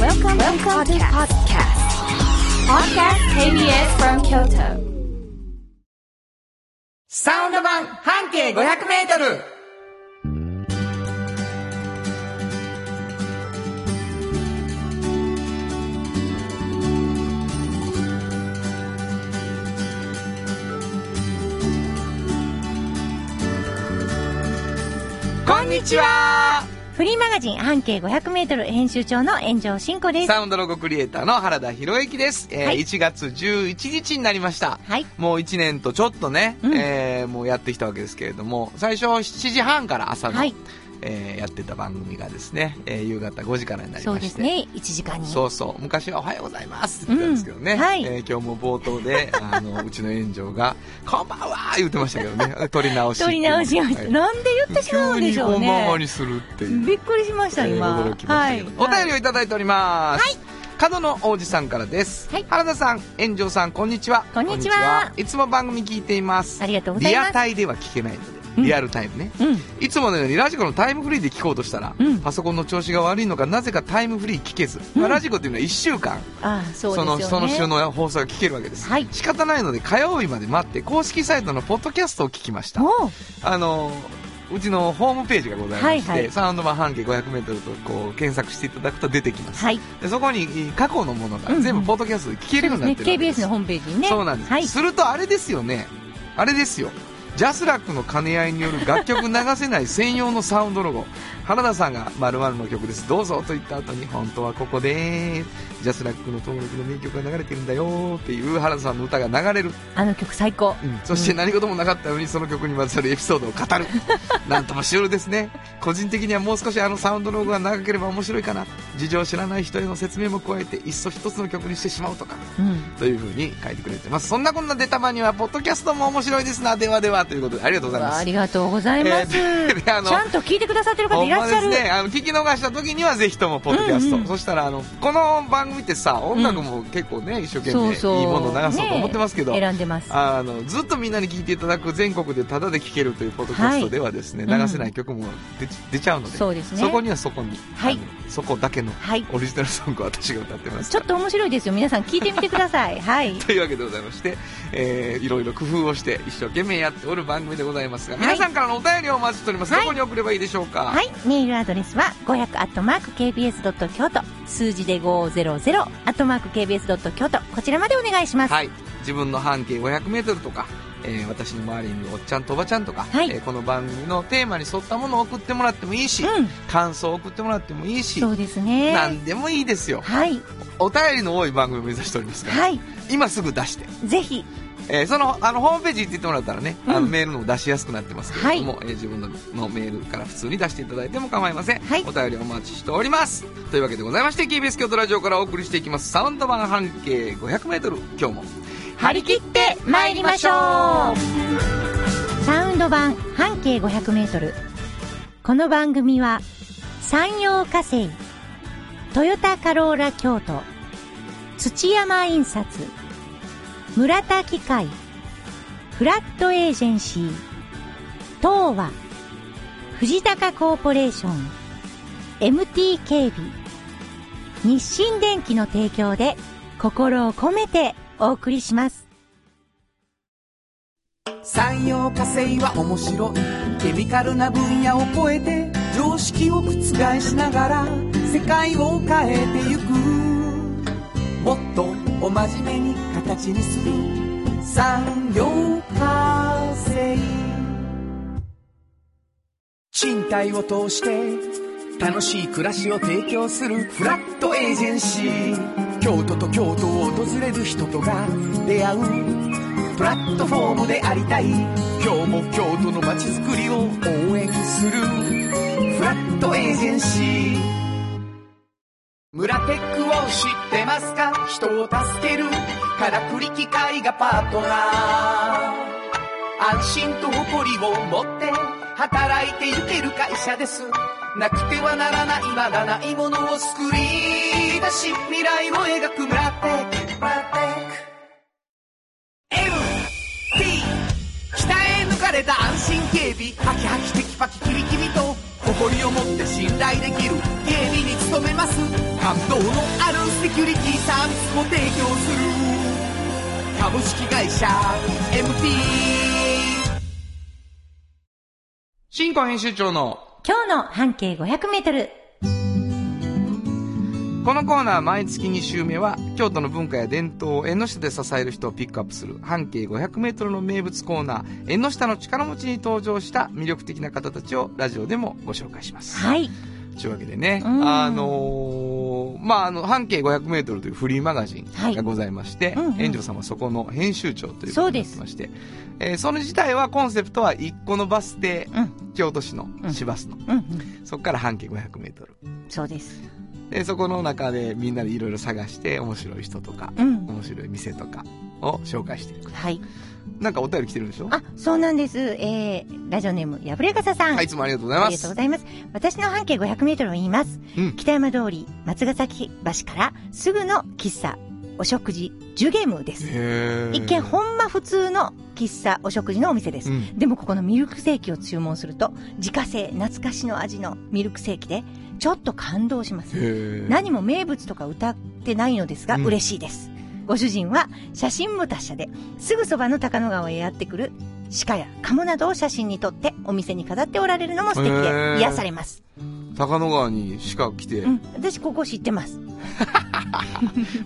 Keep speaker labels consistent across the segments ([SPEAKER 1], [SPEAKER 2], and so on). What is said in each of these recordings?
[SPEAKER 1] Welcome, to the podcast. Podcast KBS from Kyoto.
[SPEAKER 2] サウンド版半径500メートルこんにちは
[SPEAKER 3] フリーマガジン半径500メートル編集長の炎上真子です。
[SPEAKER 2] サウンドロゴクリエイターの原田博之です、えー
[SPEAKER 3] はい
[SPEAKER 2] 1月11日になりました
[SPEAKER 3] はい。
[SPEAKER 2] もう1年とちょっとね、
[SPEAKER 3] うん
[SPEAKER 2] えーもうやってきたわけですけれども最初7時半から朝の、
[SPEAKER 3] はい
[SPEAKER 2] えーやってた番組がですね、えー夕方5時からになり
[SPEAKER 3] そう
[SPEAKER 2] ま
[SPEAKER 3] で
[SPEAKER 2] し
[SPEAKER 3] す
[SPEAKER 2] て
[SPEAKER 3] ね。1時間に。
[SPEAKER 2] そうそう昔は「おはようございます」って言ってたんですけどね、
[SPEAKER 3] うんはい
[SPEAKER 2] えー今日も冒 頭であのうちの炎上が「こんばんは」言ってましたけどね取り直し
[SPEAKER 3] 取り直しました。
[SPEAKER 2] はい
[SPEAKER 3] なんで言ってしまうんでしょう
[SPEAKER 2] 急にこんばんは
[SPEAKER 3] ね。
[SPEAKER 2] にするっていう
[SPEAKER 3] びっくりしました、今。
[SPEAKER 2] 驚きましたけど、お便りをいただいております、角野王子さんからです、
[SPEAKER 3] はい
[SPEAKER 2] 原田さん炎上さんこんにちは
[SPEAKER 3] こんにちは
[SPEAKER 2] こんにいつも番組聞いています
[SPEAKER 3] ありがとうござい
[SPEAKER 2] リ
[SPEAKER 3] ます
[SPEAKER 2] アタイでは聞けないの
[SPEAKER 3] う
[SPEAKER 2] で
[SPEAKER 3] ん
[SPEAKER 2] リアルタイムね、
[SPEAKER 3] うん。
[SPEAKER 2] いつものようにラジコのタイムフリーで聞こうとしたら、
[SPEAKER 3] うん
[SPEAKER 2] パソコンの調子が悪いのかなぜかタイムフリー聞けず、まあラジコっていうのは1週間
[SPEAKER 3] ああ、そう
[SPEAKER 2] その
[SPEAKER 3] です
[SPEAKER 2] そ
[SPEAKER 3] よ
[SPEAKER 2] の
[SPEAKER 3] ね。
[SPEAKER 2] 週の放送が聞けるわけです、
[SPEAKER 3] はい
[SPEAKER 2] 仕方ないので火曜日まで待って公式サイトのポッドキャストを聞きました
[SPEAKER 3] おう
[SPEAKER 2] あのうちのホームページがございまして、
[SPEAKER 3] はいはい
[SPEAKER 2] サウンド版半径 500m とこう検索していただくと出てきます、
[SPEAKER 3] はい。
[SPEAKER 2] でそこに過去のものが
[SPEAKER 3] うんうん
[SPEAKER 2] 全部ポッドキャストで聞けるようにな
[SPEAKER 3] ね、
[SPEAKER 2] ってるわけです、
[SPEAKER 3] KBS のホームページにね。
[SPEAKER 2] そうなんです、
[SPEAKER 3] はい。
[SPEAKER 2] するとあれですよねあれですよジャスラックの兼ね合いによる楽曲流せない専用のサウンドロゴ原田さんが「〇〇の曲ですどうぞ」と言った後に「本当はここでジャスラックの登録の名曲が流れてるんだよ」っていう原田さんの歌が流れる
[SPEAKER 3] あの曲最高。
[SPEAKER 2] そして何事もなかったようにその曲にまつわるエピソードを語 るなんともシュールですね個人的にはもう少しあのサウンドロゴが長ければ面白いかな事情を知らない人への説明も加えていっそ一つの曲にしてしまうとか
[SPEAKER 3] うん。
[SPEAKER 2] というふうに書いてくれてますそんなこんな出たまにはポッドキャストも面白いですなではではということでありがとうございま
[SPEAKER 3] あ
[SPEAKER 2] す
[SPEAKER 3] りがとうございます。
[SPEAKER 2] えーでであの
[SPEAKER 3] ちゃんと聞いてくださってる方
[SPEAKER 2] ほ
[SPEAKER 3] い
[SPEAKER 2] ん
[SPEAKER 3] ら
[SPEAKER 2] ま
[SPEAKER 3] っ
[SPEAKER 2] で
[SPEAKER 3] しゃ
[SPEAKER 2] す
[SPEAKER 3] る。
[SPEAKER 2] ねあの聞き逃した時にはぜひともポッドキャスト、
[SPEAKER 3] うんうん
[SPEAKER 2] そしたらあのこの番組ってさ音楽も結構ね、一生懸
[SPEAKER 3] そう
[SPEAKER 2] 命
[SPEAKER 3] そう。
[SPEAKER 2] いいものを流そうと思ってますけど、
[SPEAKER 3] ね選んでます。
[SPEAKER 2] あのずっとみんなに聞いていただく全国でタダで聴けるというポッドキャストではですね、
[SPEAKER 3] はい
[SPEAKER 2] 流せない曲も出ち出ちゃうので
[SPEAKER 3] そうですね
[SPEAKER 2] こにはそこに、
[SPEAKER 3] はい
[SPEAKER 2] あのそこだけの
[SPEAKER 3] はい。
[SPEAKER 2] オリジナルソングを私が歌ってま す
[SPEAKER 3] ちょっと面白いですよ。皆さん聞いてみてください。 はい。
[SPEAKER 2] というわけでございまして、えーいろいろ工夫をして一生懸命やっておる番組でございますが、
[SPEAKER 3] はい
[SPEAKER 2] 皆さんからのお便りをお待ちしております、
[SPEAKER 3] はい
[SPEAKER 2] どこに送ればいいでしょうか、
[SPEAKER 3] はい、メールアドレスは5 0 0 k b s k y o t 数字で5 0 0 k b s k y o t こちらまでお願いします。
[SPEAKER 2] はい、自分の半径 500m とか、えー私の周りにいるおっちゃんとおばちゃんとか、
[SPEAKER 3] はい
[SPEAKER 2] えーこの番組のテーマに沿ったものを送ってもらってもいいし、
[SPEAKER 3] うん、
[SPEAKER 2] 感想を送ってもらってもいいし
[SPEAKER 3] そうですね。
[SPEAKER 2] 何でもいいですよ
[SPEAKER 3] はい、
[SPEAKER 2] お便りの多い番組を目指しておりますから、
[SPEAKER 3] はい、
[SPEAKER 2] 今すぐ出して、
[SPEAKER 3] ぜひ、
[SPEAKER 2] えーそのあのホームページ行ってってもらったらね、あの
[SPEAKER 3] うん
[SPEAKER 2] メールのも出しやすくなってますけれども、えー自分ののメールから普通に出していただいても構いません、
[SPEAKER 3] はい
[SPEAKER 2] お便りお待ちしておりますというわけでございまして KBS 京都ラジオからお送りしていきますサウンド版半径 500m 今日も
[SPEAKER 3] 張り切って参りましょうサウンド版半径500メートル。この番組は、山陽火星、トヨタカローラ京都、土山印刷、村田機械、フラットエージェンシー、東和、藤高コーポレーション、MT 警備、日清電機の提供で心を込めてお送りします。
[SPEAKER 4] 産業化成は面白いケミカルな分野を超えて常識を覆しながら世界を変えてゆくもっとお真面目に形にする産業化成賃貸を通して楽しい暮らしを提供するフラットエージェンシー京都と京都を訪れる人とが出会うプラットフォームでありたい今日も京都の街づくりを応援するフラットエージェンシー村テックを知ってますか人を助けるからくり機械がパートナー安心と誇りを持って働いていける会社ですなくてはならないまだないものを作り出し未来を描く村テック村テック MT 鍛え抜かれた安心警備ハキハキテキパキキビキビと誇りを持って信頼できる警備に努めます乾感動のあるセキュリティサービスも提供する株式会社 MT
[SPEAKER 2] 新婚編集長の
[SPEAKER 3] 今日の半径500メートル。
[SPEAKER 2] このコーナー毎月2週目は京都の文化や伝統を縁の下で支える人をピックアップする半径 500m の名物コーナー縁の下の力持ちに登場した魅力的な方たちをラジオでもご紹介します。
[SPEAKER 3] はい。
[SPEAKER 2] というわけでね、
[SPEAKER 3] うん
[SPEAKER 2] あのーまあ、あの、半径500メートルというフリーマガジンがございまして、
[SPEAKER 3] はいうんうん
[SPEAKER 2] 園長さんはそこの編集長ということになってまして、えーそれ自体はコンセプトは一個のバス停、
[SPEAKER 3] うん。
[SPEAKER 2] 京都市の市バスの、
[SPEAKER 3] うん、うん。
[SPEAKER 2] そこから半径500メートル。
[SPEAKER 3] そうです。
[SPEAKER 2] で、そこの中でみんなでいろいろ探して、面白い人とか、
[SPEAKER 3] うん。
[SPEAKER 2] 面白い店とかを紹介していく。
[SPEAKER 3] はい。
[SPEAKER 2] なんかお便り来てるんでしょ
[SPEAKER 3] あ、そうなんです。えー、ラジオネーム、やぶれかささん。
[SPEAKER 2] はい、いつもありがとうござい
[SPEAKER 3] あ
[SPEAKER 2] ま
[SPEAKER 3] りがとう
[SPEAKER 2] す
[SPEAKER 3] ご。ざいます。私の半径500メートルを言います。
[SPEAKER 2] うん
[SPEAKER 3] 北山通り、松ヶ崎橋からすぐの喫茶、お食事、ジュゲムです。
[SPEAKER 2] へー
[SPEAKER 3] 一見ほんま普通の喫茶、お食事のお店です。
[SPEAKER 2] うん
[SPEAKER 3] でもここのミルクセーキを注文すると、自家製懐かしの味のミルクセーキで、ちょっと感動します。
[SPEAKER 2] へー
[SPEAKER 3] 何も名物とか歌ってないのですが、
[SPEAKER 2] うん
[SPEAKER 3] 嬉しいです。ご主人は写真も達者で、すぐそばの高野川へやってくる鹿や鴨などを写真に撮ってお店に飾っておられるのも素敵
[SPEAKER 2] へー
[SPEAKER 3] で癒されます。
[SPEAKER 2] 高野川に鹿来て、
[SPEAKER 3] うん、私ここ知ってます。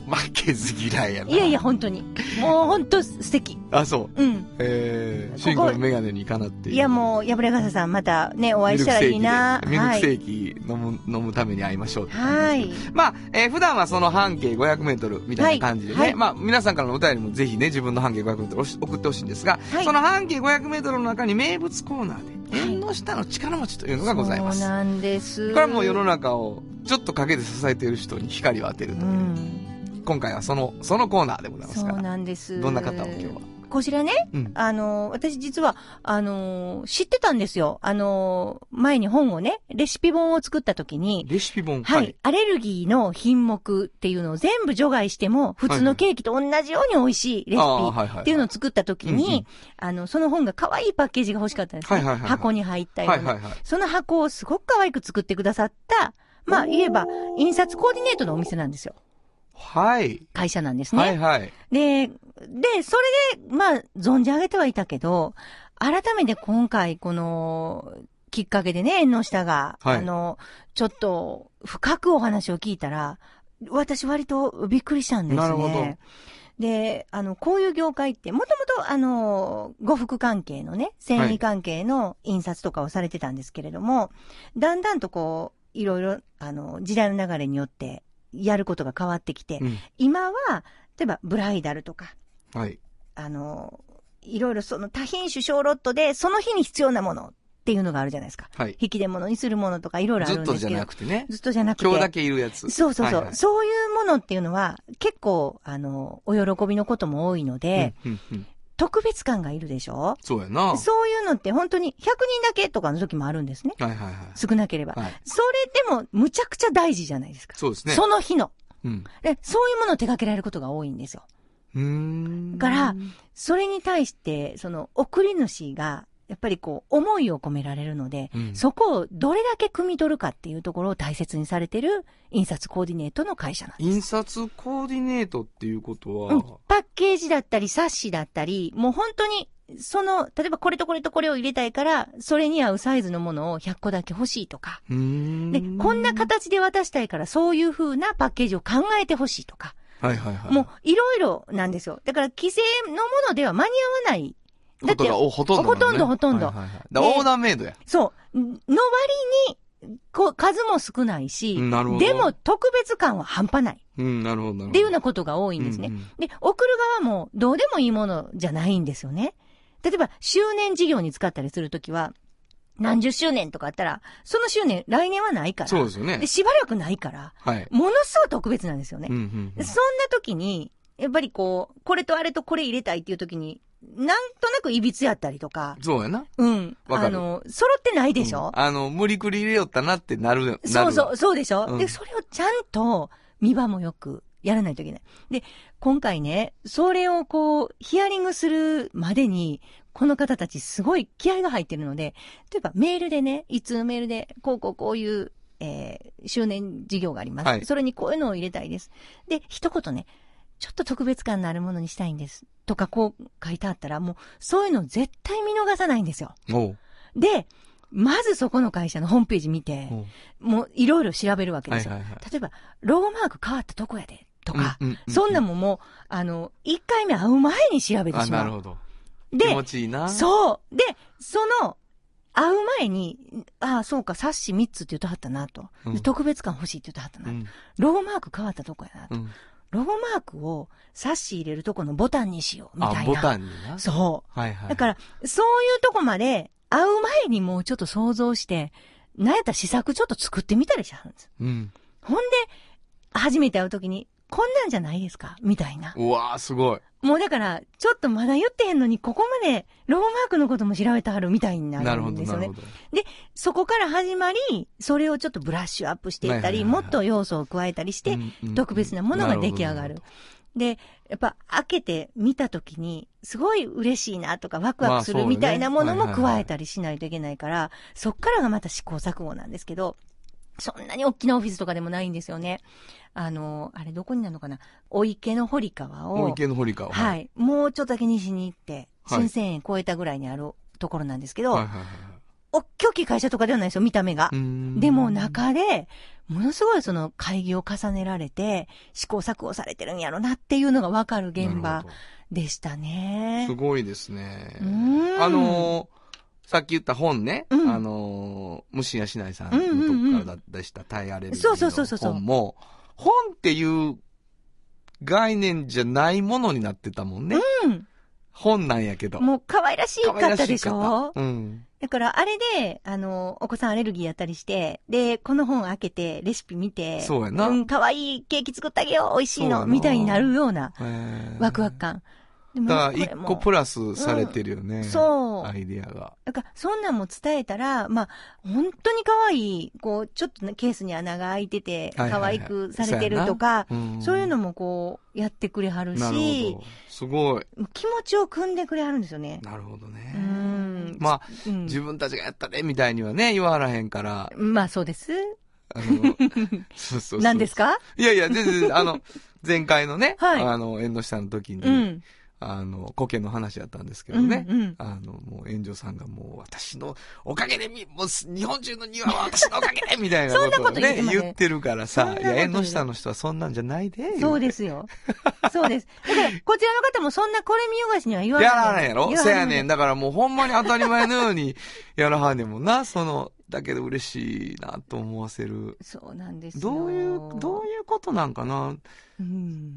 [SPEAKER 2] 負けず嫌いやな。
[SPEAKER 3] いやいや、本当に。もう本当素敵。
[SPEAKER 2] あ、そう。
[SPEAKER 3] うん。
[SPEAKER 2] えー、
[SPEAKER 3] ここ
[SPEAKER 2] シンゴのメガネにかなってい
[SPEAKER 3] い
[SPEAKER 2] る
[SPEAKER 3] やもう、破れ傘さんまたね、お会いしたらいいな。
[SPEAKER 2] ミルク
[SPEAKER 3] は
[SPEAKER 2] セ
[SPEAKER 3] い。
[SPEAKER 2] ーキでミルクセーキ飲む、飲むために会いましょうって感
[SPEAKER 3] は
[SPEAKER 2] じですけど
[SPEAKER 3] い。
[SPEAKER 2] まあ、えー普段はその半径500メートルみたいな感じでね、
[SPEAKER 3] はいはい
[SPEAKER 2] まあ、皆さんからのお便りもぜひね、自分の半径500メートルをし送ってほしいんですが、
[SPEAKER 3] はい
[SPEAKER 2] その半径500メートルの中に名物コーナーで、
[SPEAKER 3] はい
[SPEAKER 2] 縁の下の力持ちというのがございま
[SPEAKER 3] そ
[SPEAKER 2] す。
[SPEAKER 3] うなんです。
[SPEAKER 2] これはもう世の中をちょっと陰で支えている人に光を当てると
[SPEAKER 3] う
[SPEAKER 2] いう、
[SPEAKER 3] ん。
[SPEAKER 2] 今回はその、そのコーナーでございます
[SPEAKER 3] そ
[SPEAKER 2] から
[SPEAKER 3] う。なんです。
[SPEAKER 2] どんな方を今日は。
[SPEAKER 3] こちらね、
[SPEAKER 2] うん
[SPEAKER 3] あの、私実は、あの、知ってたんですよ。あの、前に本をね、レシピ本を作った時に、
[SPEAKER 2] レシピ本。
[SPEAKER 3] はい、。アレルギーの品目っていうのを全部除外しても、普通のケーキと同じように美味しいレシピ
[SPEAKER 2] ああ、はいはい。
[SPEAKER 3] っていうのを作った時に、
[SPEAKER 2] うんうん
[SPEAKER 3] あの、その本が可愛いパッケージが欲しかったんですね。
[SPEAKER 2] はいはいはいはい
[SPEAKER 3] 箱に入ったよう
[SPEAKER 2] は
[SPEAKER 3] な、
[SPEAKER 2] いはいはい。
[SPEAKER 3] その箱をすごく可愛く作ってくださった、まあ言えば、印刷コーディネートのお店なんですよ。
[SPEAKER 2] はい。
[SPEAKER 3] 会社なんですね。
[SPEAKER 2] はいはい。
[SPEAKER 3] で、で、それで、まあ、存じ上げてはいたけど、改めて今回、この、きっかけでね、縁の下が、
[SPEAKER 2] はい
[SPEAKER 3] あの、ちょっと、深くお話を聞いたら、私割とびっくりしたんですね。
[SPEAKER 2] なるほど
[SPEAKER 3] で、あの、こういう業界って、もともと、あの、呉服関係のね、繊
[SPEAKER 2] はい
[SPEAKER 3] 維関係の印刷とかをされてたんですけれども、だんだんとこう、いろいろ、あの、時代の流れによって、やることが変わってきて、
[SPEAKER 2] うん。
[SPEAKER 3] 今は、例えばブライダルとか、
[SPEAKER 2] はい。
[SPEAKER 3] あの、いろいろその多品種小ロットで、その日に必要なものっていうのがあるじゃないですか。
[SPEAKER 2] はい。
[SPEAKER 3] 引き出物にするものとかいろいろあ
[SPEAKER 2] ず
[SPEAKER 3] る
[SPEAKER 2] っ
[SPEAKER 3] んですけ
[SPEAKER 2] と
[SPEAKER 3] ど。
[SPEAKER 2] じゃなくてね。
[SPEAKER 3] ずっとじゃなくて。
[SPEAKER 2] 今日だけいるやつ。
[SPEAKER 3] そうそうそう、
[SPEAKER 2] はいはい
[SPEAKER 3] そういうものっていうのは結構、あの、お喜びのことも多いので、
[SPEAKER 2] うんうんうん
[SPEAKER 3] 特別感がいるでしょ
[SPEAKER 2] そうやな。は
[SPEAKER 3] そういうのって本当に100人だけとかの時もあるんですね。
[SPEAKER 2] いはいは
[SPEAKER 3] 少なければ。
[SPEAKER 2] い。はい。
[SPEAKER 3] それでもむちゃくちゃ大事じゃないですか。
[SPEAKER 2] そうですね。
[SPEAKER 3] その日の。
[SPEAKER 2] うん。
[SPEAKER 3] で、そういうものを手掛けられることが多いんですよ。
[SPEAKER 2] うーん。
[SPEAKER 3] から、それに対して、その、送り主が、やっぱりこう、思いを込められるので、
[SPEAKER 2] うん
[SPEAKER 3] そこをどれだけ汲み取るかっていうところを大切にされてる印刷コーディネートの会社なんです。
[SPEAKER 2] 印刷コーディネートっていうこと
[SPEAKER 3] うん
[SPEAKER 2] は、、
[SPEAKER 3] パッケージだったり、冊子だったり、もう本当に、その、例えばこれとこれとこれを入れたいから、それに合うサイズのものを100個だけ欲しいとか、
[SPEAKER 2] うーん。
[SPEAKER 3] で、こんな形で渡したいから、そういう風なパッケージを考えてほしいとか、
[SPEAKER 2] はいはいはい。
[SPEAKER 3] もういろいろなんですよ。だから、規制のものでは間に合わない。だ
[SPEAKER 2] こ
[SPEAKER 3] っ
[SPEAKER 2] と
[SPEAKER 3] て
[SPEAKER 2] が、、おほとんどなのね。
[SPEAKER 3] ほとんどほとんど
[SPEAKER 2] はいはいはいだから
[SPEAKER 3] で
[SPEAKER 2] オーダーメイドや。
[SPEAKER 3] そう。んの割に、こう、数も少ないし、
[SPEAKER 2] なるほど
[SPEAKER 3] でも特別感は半端ない
[SPEAKER 2] うん、なるほどなるほど。
[SPEAKER 3] っていうよう
[SPEAKER 2] の
[SPEAKER 3] なことが多いんですね。
[SPEAKER 2] うん
[SPEAKER 3] で、送る側もどうでもいいものじゃないんですよね。例えば、周年事業に使ったりするときは、何十周年とかあったら、その周年、来年はないから。
[SPEAKER 2] そうですよね
[SPEAKER 3] で、。しばらくないから、
[SPEAKER 2] はい。
[SPEAKER 3] ものすごい特別なんですよね。
[SPEAKER 2] うんうんうん
[SPEAKER 3] そんな時に、やっぱりこう、これとあれとこれ入れたいっていう時に、なんとなく歪やったりとか、
[SPEAKER 2] そうやな。
[SPEAKER 3] うん。
[SPEAKER 2] わかる
[SPEAKER 3] あの、揃ってないでしょ、
[SPEAKER 2] うんあの、無理くり入れよったなってなる、なる。
[SPEAKER 3] そうそう、そうでしょ、
[SPEAKER 2] うん
[SPEAKER 3] で、それをちゃんと見場もよくやらないといけない。で、今回ね、それをこう、ヒアリングするまでに、この方たちすごい気合が入ってるので、例えばメールでね、いつメールで、こうこうこういうえー周年事業があります、
[SPEAKER 2] はい
[SPEAKER 3] それにこういうのを入れたいです。で、一言ね、ちょっと特別感のあるものにしたいんです。とか、こう書いてあったら、もう、そういうの絶対見逃さないんですよ。
[SPEAKER 2] おう
[SPEAKER 3] で、まずそこの会社のホームページ見て、
[SPEAKER 2] おう
[SPEAKER 3] もういろいろ調べるわけですよ。
[SPEAKER 2] はいはいは
[SPEAKER 3] 例えば、ロゴマーク変わったとこやで、とか、
[SPEAKER 2] うんうんうんうん
[SPEAKER 3] そんなんももう、あの、一回目会う前に調べて
[SPEAKER 2] あ、
[SPEAKER 3] しまう。
[SPEAKER 2] なるほど。
[SPEAKER 3] で
[SPEAKER 2] 気、持ちいいな。
[SPEAKER 3] そう。で、その、会う前に、ああ、そうか、冊子3つって言ってはったなと。で
[SPEAKER 2] うん
[SPEAKER 3] 特別感欲しいって言ってはったな。
[SPEAKER 2] うん。
[SPEAKER 3] ロゴマーク変わったとこやなと。
[SPEAKER 2] うん。
[SPEAKER 3] ロゴマークを冊子入れるとこのボタンにしよう、みたいな。
[SPEAKER 2] あ、ボタンにな。
[SPEAKER 3] そ
[SPEAKER 2] はいは
[SPEAKER 3] う。
[SPEAKER 2] い。
[SPEAKER 3] だから、そういうとこまで、会う前にもうちょっと想像して、なんやったら試作ちょっと作ってみたりしはるんです。
[SPEAKER 2] うん。
[SPEAKER 3] ほんで、初めて会うときに、こんなんじゃないですかみたいな。
[SPEAKER 2] うわー、すごい。
[SPEAKER 3] もうだから、ちょっとまだ言ってへんのに、ここまで、ロゴマークのことも調べてはるみたいにな
[SPEAKER 2] なる
[SPEAKER 3] る
[SPEAKER 2] ほ
[SPEAKER 3] ん
[SPEAKER 2] ど、
[SPEAKER 3] です
[SPEAKER 2] な
[SPEAKER 3] よ
[SPEAKER 2] る
[SPEAKER 3] ね
[SPEAKER 2] ほ。ど。
[SPEAKER 3] そこから始まり、それをちょっとブラッシュアップしていったり、
[SPEAKER 2] はいはいはいはい
[SPEAKER 3] もっと要素を加えたりして、
[SPEAKER 2] うんうん
[SPEAKER 3] 特別なものが出来上が
[SPEAKER 2] な
[SPEAKER 3] る
[SPEAKER 2] ほど。
[SPEAKER 3] で、やっぱ開けて見たときに、すごい嬉しいなとか、ワクワクす
[SPEAKER 2] ま
[SPEAKER 3] る
[SPEAKER 2] あそうね
[SPEAKER 3] みたいなもの
[SPEAKER 2] はい
[SPEAKER 3] も
[SPEAKER 2] はいはい
[SPEAKER 3] 加えたりしないといけないから、そっからがまた試行錯誤なんですけど、そんなに大きなオフィスとかでもないんですよね。あの、あれどこになるのかなお池の堀川
[SPEAKER 2] もう
[SPEAKER 3] を、
[SPEAKER 2] 池の堀川。
[SPEAKER 3] は。い、もうちょっとだけ西に行って、
[SPEAKER 2] はい
[SPEAKER 3] 新鮮園越えたぐらいにあるところなんですけど、
[SPEAKER 2] はいはいはいは
[SPEAKER 3] おっきょき会社とかではないですよ、見た目が
[SPEAKER 2] い。う。ん
[SPEAKER 3] でも、中で、ものすごいその会議を重ねられて、試行錯誤されてるんやろなっていうのがわかる現
[SPEAKER 2] な
[SPEAKER 3] 場
[SPEAKER 2] るほ
[SPEAKER 3] でした
[SPEAKER 2] ど
[SPEAKER 3] ね
[SPEAKER 2] す。ごいですね
[SPEAKER 3] う。ん
[SPEAKER 2] あのー、さっき言った本ね、
[SPEAKER 3] うん
[SPEAKER 2] あのー、虫やしないさんのとこからだ出したタイアレルギ
[SPEAKER 3] そうそうそうそう
[SPEAKER 2] ー
[SPEAKER 3] そう
[SPEAKER 2] の本も、本っていう概念じゃないものになってたもんね。
[SPEAKER 3] うん。
[SPEAKER 2] 本なんやけど。
[SPEAKER 3] もう可愛らしい
[SPEAKER 2] 可愛
[SPEAKER 3] 方
[SPEAKER 2] ら
[SPEAKER 3] で
[SPEAKER 2] い
[SPEAKER 3] しょ
[SPEAKER 2] 方うん。
[SPEAKER 3] だからあれで、あの、お子さんアレルギーやったりして、で、この本開けて、レシピ見て、
[SPEAKER 2] そうやな
[SPEAKER 3] うん、可愛いケーキ作ってあげよう、美味しい
[SPEAKER 2] そうやな
[SPEAKER 3] の、みたいになるような
[SPEAKER 2] へー
[SPEAKER 3] ワクワク。感。でも
[SPEAKER 2] だから、
[SPEAKER 3] これ
[SPEAKER 2] 一
[SPEAKER 3] も
[SPEAKER 2] 個プラスされてるよね。
[SPEAKER 3] そう。
[SPEAKER 2] アイディアが。
[SPEAKER 3] なんか、そんなんも伝えたら、まあ、本当に可愛い、こう、ちょっとね、ケースに穴が開いてて、
[SPEAKER 2] はいはい
[SPEAKER 3] 可
[SPEAKER 2] はい
[SPEAKER 3] 愛くされてるとか、そういうのもこう、やってくれはる
[SPEAKER 2] なる
[SPEAKER 3] し
[SPEAKER 2] ほど、。すごい。
[SPEAKER 3] もう気持ちを組んでくれはるんですよね。
[SPEAKER 2] なるほどね
[SPEAKER 3] う。ん。
[SPEAKER 2] まあ、
[SPEAKER 3] うん
[SPEAKER 2] 自分たちがやったで、みたいにはね、言わはらへんから。
[SPEAKER 3] まあ、そうです。
[SPEAKER 2] あのそうそうそう
[SPEAKER 3] 何ですか
[SPEAKER 2] いやいや、全然、あの、前回のね、
[SPEAKER 3] はい
[SPEAKER 2] あの、縁の下の時に、
[SPEAKER 3] うん。
[SPEAKER 2] あの、苔の話だったんですけどね。
[SPEAKER 3] うんうん
[SPEAKER 2] あの、もう、炎上さんがもう、私のおかげでみ、もう、日本中の庭は私のおかげで、みたいな
[SPEAKER 3] そんな
[SPEAKER 2] こと
[SPEAKER 3] こ
[SPEAKER 2] を
[SPEAKER 3] と言っ
[SPEAKER 2] ね
[SPEAKER 3] て、ません
[SPEAKER 2] 言ってるから
[SPEAKER 3] そん
[SPEAKER 2] さ、
[SPEAKER 3] ないこと言う
[SPEAKER 2] や、縁の下の人はそんなんじゃないで。。
[SPEAKER 3] そうですすよ。そうです。だから、こちらの方もそんなこれ見よがしには言わ
[SPEAKER 2] やら
[SPEAKER 3] な。
[SPEAKER 2] ないいやろ
[SPEAKER 3] 言わ
[SPEAKER 2] せ
[SPEAKER 3] は
[SPEAKER 2] や
[SPEAKER 3] る
[SPEAKER 2] ねん。だからもう、ほんまに当たり前のよ うに、やらはんねんもんな、その、だけど嬉しいな、と思わせる。
[SPEAKER 3] そうなんですよ。
[SPEAKER 2] どういう、どういうことなんかな
[SPEAKER 3] うん。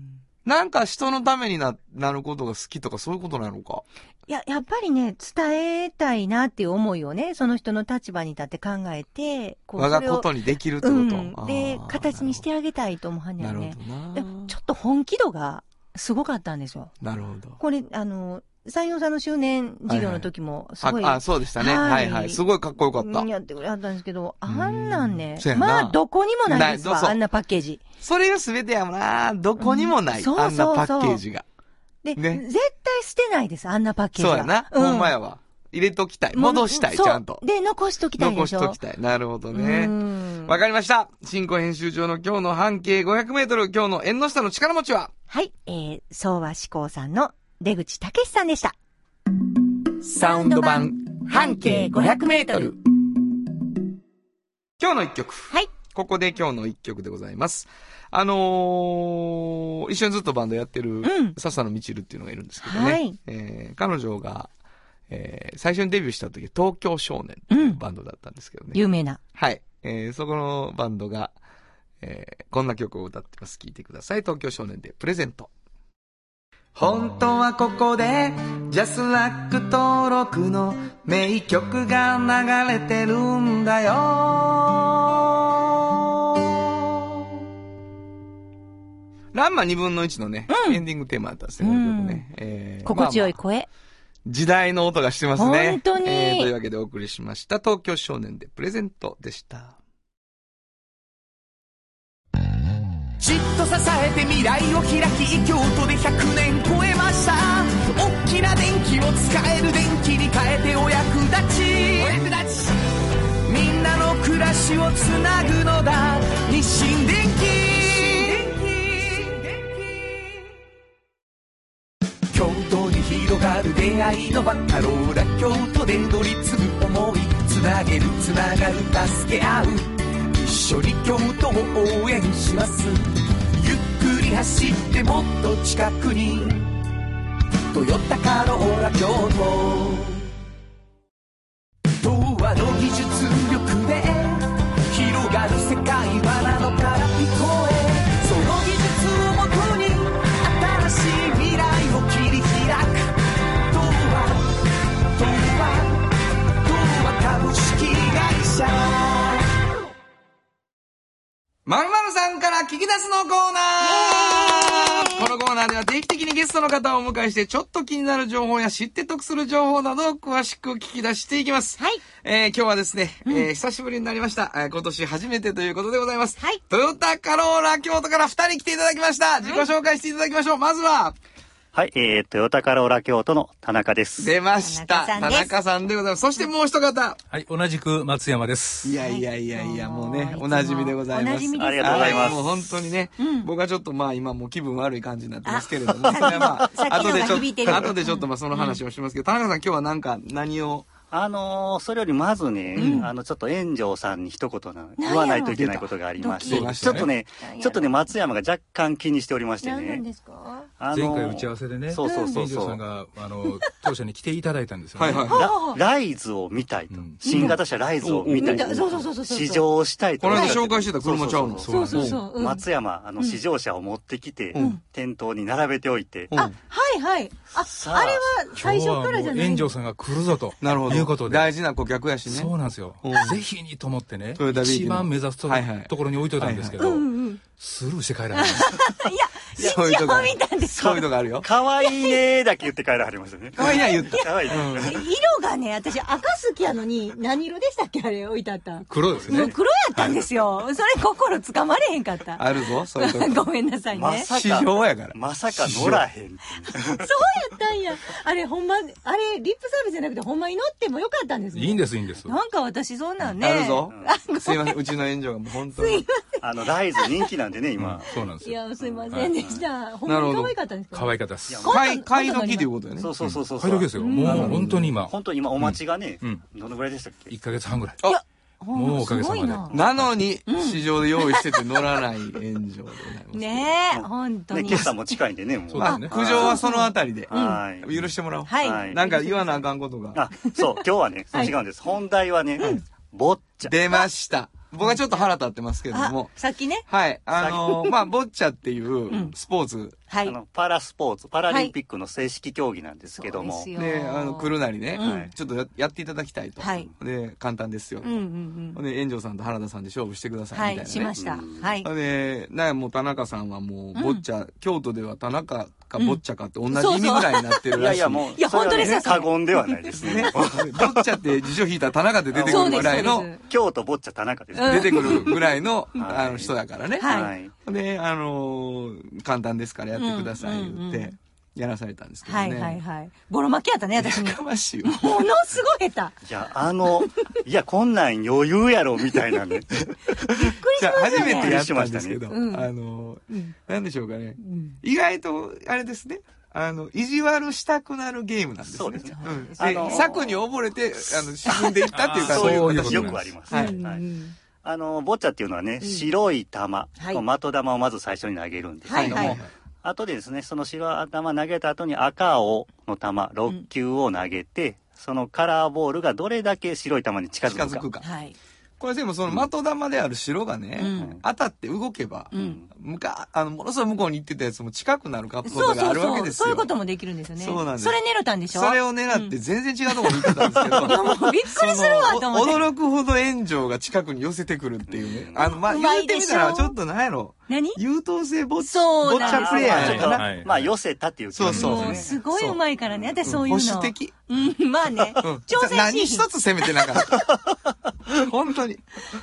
[SPEAKER 2] なんか人のためにな、なることが好きとかそういうことなのか。
[SPEAKER 3] いや、やっぱりね、伝えたいなっていう思いをね、その人の立場に立って考えて、こ
[SPEAKER 2] 我がこ
[SPEAKER 3] それを
[SPEAKER 2] とにできるって
[SPEAKER 3] う
[SPEAKER 2] こと。
[SPEAKER 3] ん。で
[SPEAKER 2] あ、ー
[SPEAKER 3] 形にしてあげたいと思はんね
[SPEAKER 2] なんるほ
[SPEAKER 3] ね
[SPEAKER 2] ど。な
[SPEAKER 3] で。ちょっと本気度がすごかったんですよ。
[SPEAKER 2] なるほど。
[SPEAKER 3] これ、あの、山陽さんの周年事業の時も、すごい、
[SPEAKER 2] あ、あ、そうでしたね。
[SPEAKER 3] はい
[SPEAKER 2] はいはい。すごいかっこよかった
[SPEAKER 3] うん。やってくれはったんですけど、あんなんね
[SPEAKER 2] うんそう、やな
[SPEAKER 3] まあ、どこにもないです
[SPEAKER 2] ないそう
[SPEAKER 3] わ、
[SPEAKER 2] そう
[SPEAKER 3] あんなパッケージ。
[SPEAKER 2] それが全てやもんな。どこにもな
[SPEAKER 3] うん
[SPEAKER 2] い。
[SPEAKER 3] そうそう
[SPEAKER 2] あんな
[SPEAKER 3] そう
[SPEAKER 2] パッケージが。
[SPEAKER 3] で、
[SPEAKER 2] ね
[SPEAKER 3] 絶対捨てないです、あんなパッケージ
[SPEAKER 2] そ
[SPEAKER 3] は。
[SPEAKER 2] うやな。
[SPEAKER 3] うん
[SPEAKER 2] ほんまやわ。入れときたい。戻したい、
[SPEAKER 3] そう
[SPEAKER 2] ちゃんと。
[SPEAKER 3] で、残しときたいで
[SPEAKER 2] 残
[SPEAKER 3] し
[SPEAKER 2] し
[SPEAKER 3] ょ。
[SPEAKER 2] ときたい。なるほど
[SPEAKER 3] う
[SPEAKER 2] ね。
[SPEAKER 3] ん
[SPEAKER 2] わかりました。新庫編集長の今日の半径500メートル、今日の縁の下の力持ちは、
[SPEAKER 3] はい、えー、そうは志向さんの出口武さんでした。
[SPEAKER 4] サウンド版半径500メートル
[SPEAKER 2] 今日の一曲。
[SPEAKER 3] はい。
[SPEAKER 2] ここで今日の一曲でございます。あのー一緒にずっとバンドやってる
[SPEAKER 3] ん、
[SPEAKER 2] 笹野みちるっていうのがいるんですけどね。
[SPEAKER 3] はい
[SPEAKER 2] えー彼女が、えー最初にデビューした時、東京少年っていうバンドだったんですけどね。
[SPEAKER 3] 有名な。
[SPEAKER 2] はい。えーそこのバンドが、えーこんな曲を歌ってます。聴いてください。東京少年でプレゼント。本当はここで、ジャスラック登録の名曲が流れてるんだよ。ランマ2分の1のね、エンディングテーマだったんですね、この曲ね。えー
[SPEAKER 3] 心地よ
[SPEAKER 2] まあまあ
[SPEAKER 3] い声。
[SPEAKER 2] 時代の音がしてますね。
[SPEAKER 3] 本当に
[SPEAKER 2] えーというわけでお送りしました。東京少年でプレゼントでした。
[SPEAKER 4] じっと支えて未来を開き京都で100年超えました大きな電気を使える電気に変えてお役立ちみんなの暮暮らしをつなぐのだ日清電機京都に広がる出会いの場カローラ京都で乗り継ぐ思いつなげるつながる助け合う一緒に京都を応援しますゆっくり走ってもっと近くに「トヨタカローラ京都」「童話の技術力で広がる世界はなのから聞こえ」「その技術をもとに新しい未来を切り開く」「童話童話童話株式会社」
[SPEAKER 2] まるまるさんから聞き出すのコーナーこのコーナーでは定期的にゲストの方をお迎えして、ちょっと気になる情報や知って得する情報などを詳しく聞き出していきます。
[SPEAKER 3] はい。
[SPEAKER 2] えー今日はですね、えー久しぶりになりました。えー今年初めてということでございます。
[SPEAKER 3] はい
[SPEAKER 2] トヨタカローラ京都から2人来ていただきました。自己紹介していただきましょう。まずは、
[SPEAKER 5] はい、えー、トヨタカローラ京都の田中です。
[SPEAKER 2] 出ました。
[SPEAKER 3] 田
[SPEAKER 2] 田
[SPEAKER 3] 中さんです
[SPEAKER 2] 中さんでございます。そしてもう一方。
[SPEAKER 6] はい、同じく松山です。
[SPEAKER 2] いやいやいやいや、
[SPEAKER 3] はい
[SPEAKER 2] もうね
[SPEAKER 3] も、う
[SPEAKER 2] お馴染みでございます。
[SPEAKER 3] お馴染みです
[SPEAKER 5] ありがとうございま
[SPEAKER 2] は
[SPEAKER 5] す
[SPEAKER 2] もう本当にね、僕はちょっとまあ今もう気分悪い感じになってますけれども、
[SPEAKER 3] あ
[SPEAKER 2] それはま
[SPEAKER 3] さっき
[SPEAKER 2] あ、
[SPEAKER 3] の
[SPEAKER 2] 後でち
[SPEAKER 3] さっきのが響いて
[SPEAKER 2] ょっ
[SPEAKER 3] る
[SPEAKER 2] と、後でちょっとまあその話をしますけど、田中さん今日はなんか何を、
[SPEAKER 5] あのー、それよりまずね、あの、ちょっと炎上さんに一言な
[SPEAKER 3] ろう
[SPEAKER 5] 言わないといけないことがありまし
[SPEAKER 2] 出
[SPEAKER 5] て、
[SPEAKER 2] た
[SPEAKER 5] ちょっとね
[SPEAKER 3] なんやろ、う
[SPEAKER 5] ちょっとね、松山が若干気にしておりまして
[SPEAKER 3] 何なん
[SPEAKER 5] ね
[SPEAKER 3] で。すか
[SPEAKER 5] あ
[SPEAKER 6] 前
[SPEAKER 5] のー
[SPEAKER 6] 回打ち合わせでね、
[SPEAKER 5] そうそうそう
[SPEAKER 6] 店長
[SPEAKER 5] そ
[SPEAKER 6] さん
[SPEAKER 5] う。
[SPEAKER 6] が、あ の、当社に来ていただいたんですよ、ね。
[SPEAKER 2] はいはい
[SPEAKER 5] ラライズを見たいと
[SPEAKER 6] うん。
[SPEAKER 5] 新型車ライズを見たい
[SPEAKER 3] 見たそうそうそうそう
[SPEAKER 5] と。
[SPEAKER 3] そう
[SPEAKER 5] 試乗をしたいと。
[SPEAKER 2] この間紹介してた車ちゃうの
[SPEAKER 6] そうそ
[SPEAKER 3] そうそ
[SPEAKER 6] うそう
[SPEAKER 3] うそううん
[SPEAKER 5] 松山、あの、試乗車を持ってきて
[SPEAKER 2] うん、
[SPEAKER 5] 店頭に並べておいて、
[SPEAKER 2] うん
[SPEAKER 3] はいはい。あ、
[SPEAKER 5] さあ
[SPEAKER 3] あれは
[SPEAKER 6] 今
[SPEAKER 3] 最
[SPEAKER 6] 日
[SPEAKER 3] 初
[SPEAKER 6] はも
[SPEAKER 3] か
[SPEAKER 6] う
[SPEAKER 3] らじゃない
[SPEAKER 6] 炎上さんが来るぞと。
[SPEAKER 2] なるほど。
[SPEAKER 6] いうことで。
[SPEAKER 2] 大事な顧客やしね。
[SPEAKER 6] そうなんですよ
[SPEAKER 2] うん。
[SPEAKER 6] ぜひにと思ってね
[SPEAKER 2] トヨタ、ビーチの
[SPEAKER 6] 一番目指すと
[SPEAKER 2] はいはい
[SPEAKER 6] ところに置いといたんですけ
[SPEAKER 3] うん
[SPEAKER 6] ど、
[SPEAKER 3] うん
[SPEAKER 6] スルーして帰らない。
[SPEAKER 2] そういうとこ
[SPEAKER 3] 一応見たんですよ
[SPEAKER 2] そういうとこあるよ。
[SPEAKER 5] かわいいねーだけ言って帰らはりましたね。
[SPEAKER 2] かわいいな言 った。
[SPEAKER 5] かわいいね。
[SPEAKER 3] うん。色がね、私赤好きやのに何色でしたっけあれ置いてあった。
[SPEAKER 6] 黒です
[SPEAKER 3] もう
[SPEAKER 6] ね。
[SPEAKER 3] 黒やったんですよ。それ心つかまれへんかった。
[SPEAKER 2] あるぞ、そういうと こ。
[SPEAKER 3] ごめんなさいね。
[SPEAKER 5] まさ
[SPEAKER 2] 市
[SPEAKER 5] か、
[SPEAKER 2] 場やから。
[SPEAKER 5] まさか乗らへんっていう。
[SPEAKER 3] そうやったんや。あれ、ほんま、あれ、リップサービスじゃなくて、ほんま祈ってもよかったんですね
[SPEAKER 6] いいんです、いいんです。
[SPEAKER 3] なんか私そんなんね。
[SPEAKER 2] あるぞ。すいません、うちの炎上がもう本当に。
[SPEAKER 5] あの、ライズ人気なんでね、今。
[SPEAKER 6] そうなんで
[SPEAKER 3] い
[SPEAKER 6] すよ。
[SPEAKER 3] や、すいませんでした。ほんまに可愛かったんですか
[SPEAKER 6] 可愛かったです。
[SPEAKER 5] いや
[SPEAKER 2] 買い、買い時ということよね
[SPEAKER 5] そ。うそうそうそう。
[SPEAKER 6] 買い時ですよ。もう本当に今、
[SPEAKER 5] 本当に今お待ちがね
[SPEAKER 6] うん、
[SPEAKER 5] どのぐらいでしたっけ
[SPEAKER 6] 1ヶ月半ぐらい。
[SPEAKER 2] あ、
[SPEAKER 3] ほんますごい
[SPEAKER 6] もうおかげさ
[SPEAKER 3] な
[SPEAKER 6] ま
[SPEAKER 2] なのに、市場で用意してて乗らない炎上でございます。
[SPEAKER 3] ねえ、本当
[SPEAKER 5] ね、
[SPEAKER 3] に。
[SPEAKER 5] 決算も近いんでね、も
[SPEAKER 6] そうう。
[SPEAKER 2] ま
[SPEAKER 6] だ
[SPEAKER 2] あ、
[SPEAKER 6] ね
[SPEAKER 2] 苦情はそのあたりで。
[SPEAKER 5] はい。
[SPEAKER 2] 許してもらおう。
[SPEAKER 3] はい。
[SPEAKER 5] はい
[SPEAKER 2] なんか言わなあかんことが。
[SPEAKER 5] あ、そう、今日はね、違うんです。本題はね、ボッチャ。
[SPEAKER 2] 出ました。僕はちょっと腹立ってますけれど
[SPEAKER 3] あ
[SPEAKER 2] も、。
[SPEAKER 3] さっきね。
[SPEAKER 2] はい。あのー、まあ、ボッチャっていうスポーツ、
[SPEAKER 3] は
[SPEAKER 5] あ
[SPEAKER 3] い。
[SPEAKER 5] の、パラスポーツ、パラリンピックの正式競技なんですけど
[SPEAKER 3] そう
[SPEAKER 5] も
[SPEAKER 3] です。よ
[SPEAKER 2] ね、あの、来るなりね、
[SPEAKER 5] うん
[SPEAKER 2] ちょっとややっていただきたいと。
[SPEAKER 3] はい
[SPEAKER 2] で、簡単ですよ。
[SPEAKER 3] うんうんうん。
[SPEAKER 2] で、炎上さんと原田さんで勝負してくださ、
[SPEAKER 3] はい
[SPEAKER 2] みたいなね。
[SPEAKER 3] い、しました。はい。
[SPEAKER 2] で、なんやもう田中さんはもう、ボッチャ、京都では田中かボッチャかって同じ
[SPEAKER 3] そうそう
[SPEAKER 2] 意味ぐらいになって
[SPEAKER 5] い
[SPEAKER 2] る
[SPEAKER 5] や
[SPEAKER 2] らしい。
[SPEAKER 5] いや、もう、
[SPEAKER 3] いや
[SPEAKER 5] それは
[SPEAKER 3] 本
[SPEAKER 5] ね
[SPEAKER 3] 当ですよそれ
[SPEAKER 5] 過言ではないですね
[SPEAKER 2] ね。。ボッチャって辞書引いたら田中って出てく
[SPEAKER 3] そう
[SPEAKER 2] る
[SPEAKER 3] で
[SPEAKER 2] ぐ
[SPEAKER 3] す。
[SPEAKER 2] らい
[SPEAKER 3] そ
[SPEAKER 2] の
[SPEAKER 3] うです
[SPEAKER 5] 京都ボッチャ田中で
[SPEAKER 3] うん
[SPEAKER 5] すね。
[SPEAKER 2] 出てくるぐらい の、
[SPEAKER 5] ん
[SPEAKER 2] あの人だからね。
[SPEAKER 3] はい
[SPEAKER 5] はい。
[SPEAKER 2] で、あのー簡単ですからやってください、言って、
[SPEAKER 3] うんうんうん
[SPEAKER 2] やらされたんですけど
[SPEAKER 3] は
[SPEAKER 2] ね。
[SPEAKER 3] いはいはい。ボロ負けやったね、私も。
[SPEAKER 2] やかましいわ。
[SPEAKER 3] ものすごい下手。
[SPEAKER 5] いや、あの、いや、こんなん余裕やろ、みたい なね。
[SPEAKER 2] じゃあ、初めてや
[SPEAKER 5] や
[SPEAKER 2] っ
[SPEAKER 5] ったた
[SPEAKER 2] んで
[SPEAKER 5] んですす
[SPEAKER 2] け
[SPEAKER 5] け
[SPEAKER 2] ど、
[SPEAKER 5] ど
[SPEAKER 3] うん
[SPEAKER 2] あのー
[SPEAKER 3] うん
[SPEAKER 2] なんでしょうかね。
[SPEAKER 3] ん
[SPEAKER 2] 意外と、あれですね。あの、意地悪したくなるゲームなんですね。
[SPEAKER 5] そうですね
[SPEAKER 2] んで
[SPEAKER 5] あのー
[SPEAKER 2] 策に溺れて、あの、沈んでいったっていうか、
[SPEAKER 6] あー
[SPEAKER 2] そういう
[SPEAKER 6] そういうこと
[SPEAKER 2] 形
[SPEAKER 5] よ
[SPEAKER 2] の。
[SPEAKER 5] くあります。
[SPEAKER 2] は
[SPEAKER 5] はいい。
[SPEAKER 3] うん
[SPEAKER 5] あの、ボッチャっていうのはね、白い球、
[SPEAKER 3] い
[SPEAKER 5] の的球をまず最初に投げるんです
[SPEAKER 3] は
[SPEAKER 5] け
[SPEAKER 3] い
[SPEAKER 5] ども、
[SPEAKER 3] はい。
[SPEAKER 5] 後でですね、その白い球投げた後に赤青の球、6球を投げて、そのカラーボールがどれだけ白い球に近づく
[SPEAKER 2] 近
[SPEAKER 5] か。
[SPEAKER 2] づくか。
[SPEAKER 3] はい。
[SPEAKER 2] これでもその的玉である白がね、
[SPEAKER 3] うん
[SPEAKER 2] 当たって動けば、
[SPEAKER 3] うん
[SPEAKER 2] 向か、あの、ものすごい向こうに行ってたやつも近くなるカップ
[SPEAKER 3] そう
[SPEAKER 2] が
[SPEAKER 3] そ
[SPEAKER 2] あ
[SPEAKER 3] う
[SPEAKER 2] るわけ
[SPEAKER 3] そう。
[SPEAKER 2] です
[SPEAKER 3] そう
[SPEAKER 2] よ。
[SPEAKER 3] いうこともできるんですよね。
[SPEAKER 2] そうなんです
[SPEAKER 3] それ狙ったんでしょ
[SPEAKER 2] それを狙って全然違うところ に行ってたんですけど。
[SPEAKER 3] もうびっくりするわと思っ
[SPEAKER 2] その
[SPEAKER 3] て。
[SPEAKER 2] お驚くほど炎上が近くに寄せてくるっていうね。あの、まあ、
[SPEAKER 3] う
[SPEAKER 2] 言
[SPEAKER 3] まいう
[SPEAKER 2] てみた
[SPEAKER 3] で
[SPEAKER 2] ら、
[SPEAKER 3] し
[SPEAKER 2] ち
[SPEAKER 3] ょ
[SPEAKER 2] ょっとなんやろ。
[SPEAKER 3] 何
[SPEAKER 2] 優等生ボッチ
[SPEAKER 3] そう
[SPEAKER 2] ボ
[SPEAKER 3] な
[SPEAKER 2] ッ
[SPEAKER 3] ん
[SPEAKER 2] チ
[SPEAKER 3] です
[SPEAKER 2] ャプレイヤーや
[SPEAKER 5] ちょっ
[SPEAKER 2] か
[SPEAKER 5] と、
[SPEAKER 2] ら。
[SPEAKER 6] はい
[SPEAKER 5] まあ、寄せたっていう
[SPEAKER 2] そうそう
[SPEAKER 3] もうすごいうまいからね。私そういうの。
[SPEAKER 2] 保守的。
[SPEAKER 3] うん、まあね。挑
[SPEAKER 2] うん
[SPEAKER 3] 戦
[SPEAKER 2] 何
[SPEAKER 3] し
[SPEAKER 2] 一つ責めてなか った。本当に。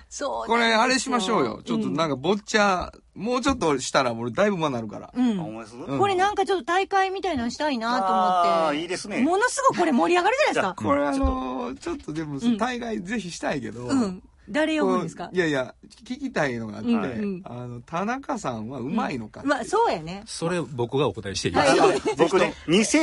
[SPEAKER 3] そう
[SPEAKER 2] これ、あれしましょうよ。ちょっと
[SPEAKER 3] うん
[SPEAKER 2] なんか、ボッチャ、もうちょっとしたら俺だいぶ馬なるから。
[SPEAKER 3] うん
[SPEAKER 5] 思います
[SPEAKER 2] ん
[SPEAKER 3] これなんかちょっと大会みたいなのしたいなと思
[SPEAKER 5] あ
[SPEAKER 3] っ
[SPEAKER 5] ー
[SPEAKER 3] て。
[SPEAKER 5] いいですね
[SPEAKER 3] ものすごくこれ盛り上がるじゃないですか。
[SPEAKER 2] これあのーちょっとでも、大概ぜひしたいけど、
[SPEAKER 3] うん。誰呼ぶんです
[SPEAKER 2] う
[SPEAKER 3] か
[SPEAKER 2] いやいや、聞きたいのがあって、
[SPEAKER 3] うんうん
[SPEAKER 2] あの、田中さんはうまいのか、
[SPEAKER 3] まあ、そうやね。
[SPEAKER 6] それ僕がお答えしていい
[SPEAKER 3] は
[SPEAKER 6] で
[SPEAKER 5] あ
[SPEAKER 3] い
[SPEAKER 6] すか
[SPEAKER 5] の僕ね、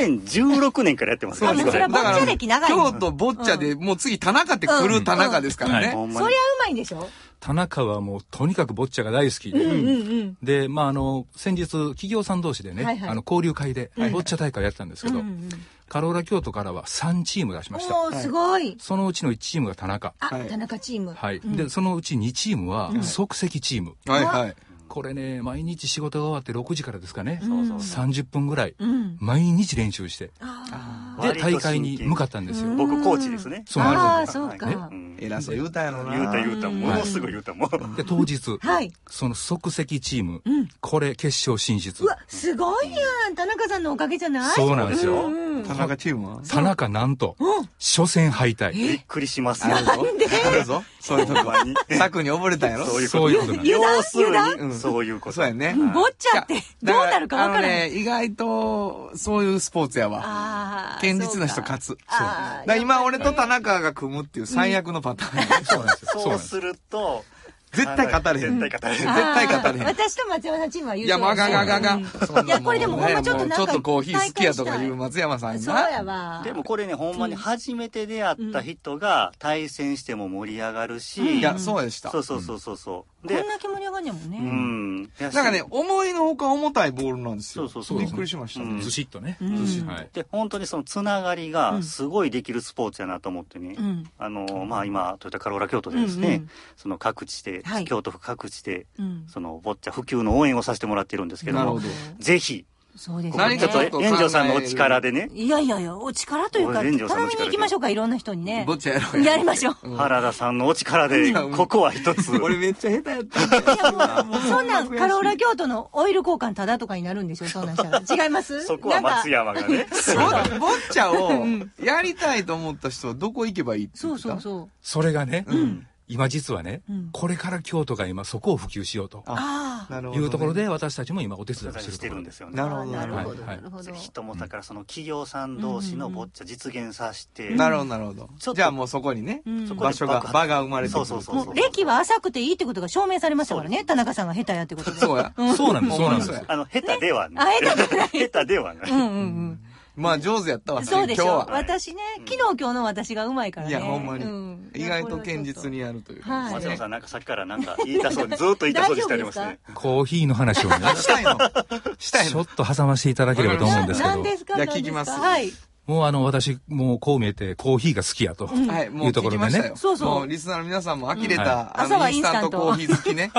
[SPEAKER 5] 2016年からやってます
[SPEAKER 3] そう
[SPEAKER 5] か
[SPEAKER 3] あ
[SPEAKER 5] ら
[SPEAKER 3] もう
[SPEAKER 5] ね、
[SPEAKER 3] それは
[SPEAKER 5] これ
[SPEAKER 3] ボッチャ歴長い
[SPEAKER 2] 京
[SPEAKER 3] よ
[SPEAKER 2] 都ボッチャで、もう次田中って来
[SPEAKER 3] う
[SPEAKER 2] る
[SPEAKER 3] ん
[SPEAKER 2] 田中ですからね。
[SPEAKER 5] ほんま
[SPEAKER 3] そ
[SPEAKER 5] に
[SPEAKER 3] りゃうまいんでしょ
[SPEAKER 6] 田中はもうとにかくボッチャが大好きで、
[SPEAKER 3] うんうん
[SPEAKER 6] で、まあ、あの、先日、企業さん同士でね、
[SPEAKER 3] はいはい
[SPEAKER 6] あの、交流会で、ボッチャ大会をやってたんですけ
[SPEAKER 3] うん。
[SPEAKER 6] ど、
[SPEAKER 3] うん
[SPEAKER 6] カローラ京都からは3チーム出しました。
[SPEAKER 3] おー、すごい。
[SPEAKER 6] そのうちの1チームが田中。
[SPEAKER 3] あ、
[SPEAKER 2] はい
[SPEAKER 3] 田中チーム。
[SPEAKER 6] はい。
[SPEAKER 3] うん
[SPEAKER 6] で、そのうち2チームは、即席チーム。
[SPEAKER 2] はいはい。
[SPEAKER 6] これね、毎日仕事が終わって6時からですかね、
[SPEAKER 3] ん
[SPEAKER 6] 30分ぐらい、
[SPEAKER 3] うん。
[SPEAKER 6] 毎日練習して、
[SPEAKER 3] あ
[SPEAKER 6] で、
[SPEAKER 5] 割と真剣
[SPEAKER 6] 大会に向かったんですよ。
[SPEAKER 5] 僕、コーチですね。
[SPEAKER 6] そうなんです
[SPEAKER 3] あーそうか
[SPEAKER 5] はいん
[SPEAKER 2] 偉そう言うたんやろな。
[SPEAKER 5] 言うた言うた、ものすごい言うたもう。
[SPEAKER 6] で、当日、
[SPEAKER 3] はい
[SPEAKER 6] その即席チーム、これ決勝進
[SPEAKER 3] ー
[SPEAKER 6] 出
[SPEAKER 3] う。わ、すごいやん。田中さんのおかげじゃない
[SPEAKER 6] そうなんですよ。
[SPEAKER 3] うん
[SPEAKER 2] 田中チームは
[SPEAKER 6] 田中なんと、初戦敗退。
[SPEAKER 5] びっくりしますよ
[SPEAKER 2] あ。るぞ。あるぞ。そういうとこは。策に溺れたんやろ
[SPEAKER 5] そういう
[SPEAKER 6] そういうことなんです。
[SPEAKER 5] 要する
[SPEAKER 2] 油断
[SPEAKER 5] に、そういうこと。
[SPEAKER 2] そうやね。
[SPEAKER 3] ボッチャっ
[SPEAKER 2] いや
[SPEAKER 3] てどうなるかわから
[SPEAKER 2] だらあ
[SPEAKER 3] な
[SPEAKER 2] の
[SPEAKER 3] い。
[SPEAKER 2] ね、意外と、そういうスポーツやわ。
[SPEAKER 3] あー
[SPEAKER 2] 堅実な人勝つ。そう。だ
[SPEAKER 3] あー
[SPEAKER 2] から今俺と田中が組むっていう最悪のパターンや。
[SPEAKER 6] そうなんですよ。そう
[SPEAKER 5] そ
[SPEAKER 6] なん
[SPEAKER 5] う
[SPEAKER 6] です
[SPEAKER 5] す。ると、
[SPEAKER 2] 絶対勝たれへん。
[SPEAKER 5] 絶対勝たれへん。
[SPEAKER 2] 絶対勝たれへん
[SPEAKER 3] あー私と松山さんチームは優
[SPEAKER 2] いや、
[SPEAKER 3] 勝
[SPEAKER 2] まああかんあかんあかん
[SPEAKER 3] うん
[SPEAKER 2] そんなもん
[SPEAKER 3] いやこれでもほんまちょっと
[SPEAKER 2] ね
[SPEAKER 3] なんか
[SPEAKER 2] もうちょっとコーヒー好きやとかいう
[SPEAKER 3] 体
[SPEAKER 2] 松山さん
[SPEAKER 3] そう
[SPEAKER 2] が。
[SPEAKER 3] やわ。
[SPEAKER 5] でもこれね、ほんまに初めて出会った人が対戦しても盛り上がるし、
[SPEAKER 2] いや、そうでした
[SPEAKER 5] そ。うそうそうそうそう。
[SPEAKER 3] こ
[SPEAKER 5] で
[SPEAKER 3] ん、な気盛り上がんねんもんね。
[SPEAKER 5] うん。なん
[SPEAKER 2] なんかね、思いのほか重たいボールなんですよ。
[SPEAKER 5] そうそうそ
[SPEAKER 2] び
[SPEAKER 5] う
[SPEAKER 2] っくりしました。
[SPEAKER 5] うん
[SPEAKER 6] ずしっとね。
[SPEAKER 3] ん
[SPEAKER 6] ずしっとはい。
[SPEAKER 5] で、本当にそのつながりがすごいできるスポーツやなと思ってね、
[SPEAKER 3] うん
[SPEAKER 5] あのー、まあ今、トヨタカローラ京都でですね、
[SPEAKER 3] うんうん
[SPEAKER 5] その各地で、
[SPEAKER 3] はい
[SPEAKER 5] 京都府各地で、
[SPEAKER 3] うん
[SPEAKER 5] そのボッチャ普及の応援をさせてもらってるんですけど
[SPEAKER 2] なるほ
[SPEAKER 5] も
[SPEAKER 2] ど、。
[SPEAKER 5] ぜひ、
[SPEAKER 3] そうです
[SPEAKER 5] ここ
[SPEAKER 2] 何
[SPEAKER 5] ちょ
[SPEAKER 2] か
[SPEAKER 5] っ
[SPEAKER 2] ちょっ
[SPEAKER 5] と
[SPEAKER 2] と考える
[SPEAKER 5] 炎上さんのお力でね、
[SPEAKER 3] いやいやいや、お力というか、
[SPEAKER 5] お連城さん
[SPEAKER 3] 頼
[SPEAKER 5] の力
[SPEAKER 3] み
[SPEAKER 5] で
[SPEAKER 3] に行きましょうか、いろんな人にね
[SPEAKER 2] ボ。ッチャやろう
[SPEAKER 3] やりましょ う。
[SPEAKER 5] 原田さんのお力で、ここは一つ。
[SPEAKER 2] 俺めっちゃ下手やった。
[SPEAKER 3] いやもう、そんなん、カローラ京都のオイル交換ただとかになるんでしょ、そんなんした ら。違います
[SPEAKER 5] そこは松。山がね。
[SPEAKER 2] ボッボッチャをやりたいと思った人はどこ行けばいいって
[SPEAKER 3] そ
[SPEAKER 2] 言っ
[SPEAKER 3] う
[SPEAKER 2] た
[SPEAKER 3] そうそう。
[SPEAKER 6] それがね、
[SPEAKER 2] ん
[SPEAKER 6] 今実はね、
[SPEAKER 3] うん
[SPEAKER 6] これから京都が今そこを普及しようと
[SPEAKER 3] ああ。
[SPEAKER 2] なるほ
[SPEAKER 6] い
[SPEAKER 2] どね
[SPEAKER 6] うところ。で私たちも今お手伝いをし
[SPEAKER 5] して
[SPEAKER 6] るとこ
[SPEAKER 5] てる
[SPEAKER 6] ろ
[SPEAKER 5] ん
[SPEAKER 6] で。
[SPEAKER 5] ですすよね。
[SPEAKER 2] なるほど。
[SPEAKER 3] なるほ
[SPEAKER 6] は
[SPEAKER 3] ど、
[SPEAKER 6] いはい
[SPEAKER 3] なるほど
[SPEAKER 5] ぜ。ひともだからその企業さん同士のボッチャ実現させて、
[SPEAKER 2] なるほど、なるほど
[SPEAKER 5] ちょっ。と
[SPEAKER 2] じゃあもうそこにね、
[SPEAKER 3] ん
[SPEAKER 5] そこで
[SPEAKER 2] 場所が、
[SPEAKER 5] 爆発
[SPEAKER 2] 場が生まれてく
[SPEAKER 5] そう
[SPEAKER 2] る。
[SPEAKER 5] そうそう
[SPEAKER 3] も
[SPEAKER 5] そうう。
[SPEAKER 3] 歴は浅くていいってことが証明されましたからね、田中さんが下手やってことで。
[SPEAKER 2] そうや。
[SPEAKER 6] そうなんです、そうなんです
[SPEAKER 2] そう。や
[SPEAKER 5] あの、下手では
[SPEAKER 3] あ
[SPEAKER 5] ない。
[SPEAKER 3] 下手
[SPEAKER 5] 下手ではない。
[SPEAKER 3] うんうん うん。
[SPEAKER 2] まあ上手やったわ、
[SPEAKER 3] そうでし
[SPEAKER 2] 今
[SPEAKER 3] ょ
[SPEAKER 2] 日。は。
[SPEAKER 3] 私ね、昨日今日の私がうまいから
[SPEAKER 2] い
[SPEAKER 3] ね。
[SPEAKER 2] や、ほんま
[SPEAKER 3] う
[SPEAKER 2] に。意外と堅実。にやるという
[SPEAKER 3] は
[SPEAKER 2] か。
[SPEAKER 3] い
[SPEAKER 5] 松山さん、なんかさっきからなんか言いたそうに、ずっと言いたそうにしてありますね。
[SPEAKER 6] コーヒーの話をね、
[SPEAKER 2] したいの したい
[SPEAKER 6] ちょ
[SPEAKER 2] の
[SPEAKER 6] っと挟ませていただければと
[SPEAKER 3] これ
[SPEAKER 6] 思
[SPEAKER 3] は
[SPEAKER 6] うん
[SPEAKER 3] ちょ
[SPEAKER 6] で
[SPEAKER 3] っ
[SPEAKER 6] す
[SPEAKER 3] と
[SPEAKER 6] け
[SPEAKER 3] ななん、ですかな
[SPEAKER 6] ど
[SPEAKER 2] いや
[SPEAKER 3] んですか
[SPEAKER 2] 聞きます
[SPEAKER 3] はい。
[SPEAKER 6] もうあの私、もうこう見えてコーヒーが好きやと。
[SPEAKER 2] はい、もう
[SPEAKER 6] いうところでね
[SPEAKER 2] 聞きましたよ。
[SPEAKER 3] そうそう
[SPEAKER 2] もリスナーの皆さんも呆れ
[SPEAKER 6] は
[SPEAKER 2] た、あ
[SPEAKER 3] 朝は
[SPEAKER 2] の、
[SPEAKER 3] イ
[SPEAKER 2] イ
[SPEAKER 3] ン
[SPEAKER 2] ン
[SPEAKER 3] ス
[SPEAKER 2] ス
[SPEAKER 3] タン
[SPEAKER 2] タン
[SPEAKER 3] ト
[SPEAKER 2] トコーヒー好きね。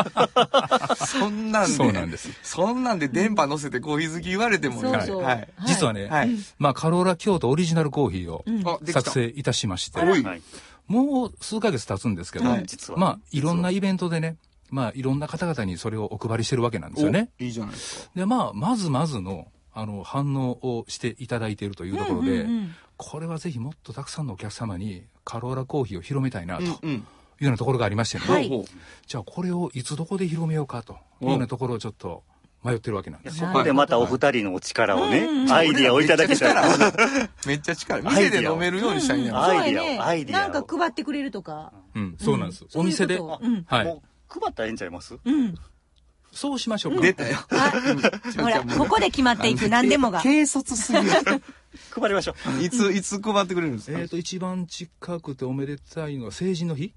[SPEAKER 2] そんなんで。
[SPEAKER 6] そうなんです。
[SPEAKER 2] そんなんで電波乗せてコーヒー好き言われてもね。
[SPEAKER 3] そうそう
[SPEAKER 2] はい。
[SPEAKER 6] 実はね、
[SPEAKER 2] はい。
[SPEAKER 6] まあカローラ京都オリジナルコーヒーを
[SPEAKER 2] あ、でき
[SPEAKER 6] 作
[SPEAKER 2] た。
[SPEAKER 6] 成いたしまして、
[SPEAKER 2] おい。
[SPEAKER 5] はい。
[SPEAKER 6] もう数ヶ月経つんですけど、
[SPEAKER 2] はい
[SPEAKER 5] 実は
[SPEAKER 6] まあいろんなイベントでね、まあいろんな方々にそれをお配りしてるわけなんですよね。
[SPEAKER 2] おいいじゃないですか。
[SPEAKER 6] で、まあ、まずまずの、あの、反応をしていただいているというところで、これはぜひもっとたくさんのお客様にカローラコーヒーを広めたいなというよ
[SPEAKER 2] うん。
[SPEAKER 6] うなところがありましてね、
[SPEAKER 3] はい
[SPEAKER 2] ほうほ
[SPEAKER 6] じゃあこれをいつどこで広めようかというようなところをちょっと迷ってるわけなんですよ。
[SPEAKER 5] そこでまたお二人のお力をね、アイディアをいただけたら、
[SPEAKER 2] うめっちゃ力。店で飲めるようにしたいんやろ
[SPEAKER 5] ア
[SPEAKER 3] そう
[SPEAKER 5] イ
[SPEAKER 3] や
[SPEAKER 5] ディ
[SPEAKER 3] ね
[SPEAKER 5] アをアイディア
[SPEAKER 3] な
[SPEAKER 5] を
[SPEAKER 3] んか配ってくれるとか。
[SPEAKER 6] うん、そうなんです。
[SPEAKER 3] そう
[SPEAKER 6] お
[SPEAKER 3] いうこと
[SPEAKER 6] 店で、
[SPEAKER 3] うん
[SPEAKER 6] はい
[SPEAKER 5] も。う配ったらええんちゃいます
[SPEAKER 3] うん。
[SPEAKER 6] そうしましょうか。
[SPEAKER 2] 出たよ。
[SPEAKER 3] あほら、ここで決まっていく、何でもが。
[SPEAKER 2] 軽率すぎる。
[SPEAKER 5] 配りましょう。
[SPEAKER 2] いつ、いつ配ってくれるんです
[SPEAKER 6] え
[SPEAKER 2] か
[SPEAKER 6] っ、と、一番近くておめでたいのは成人の日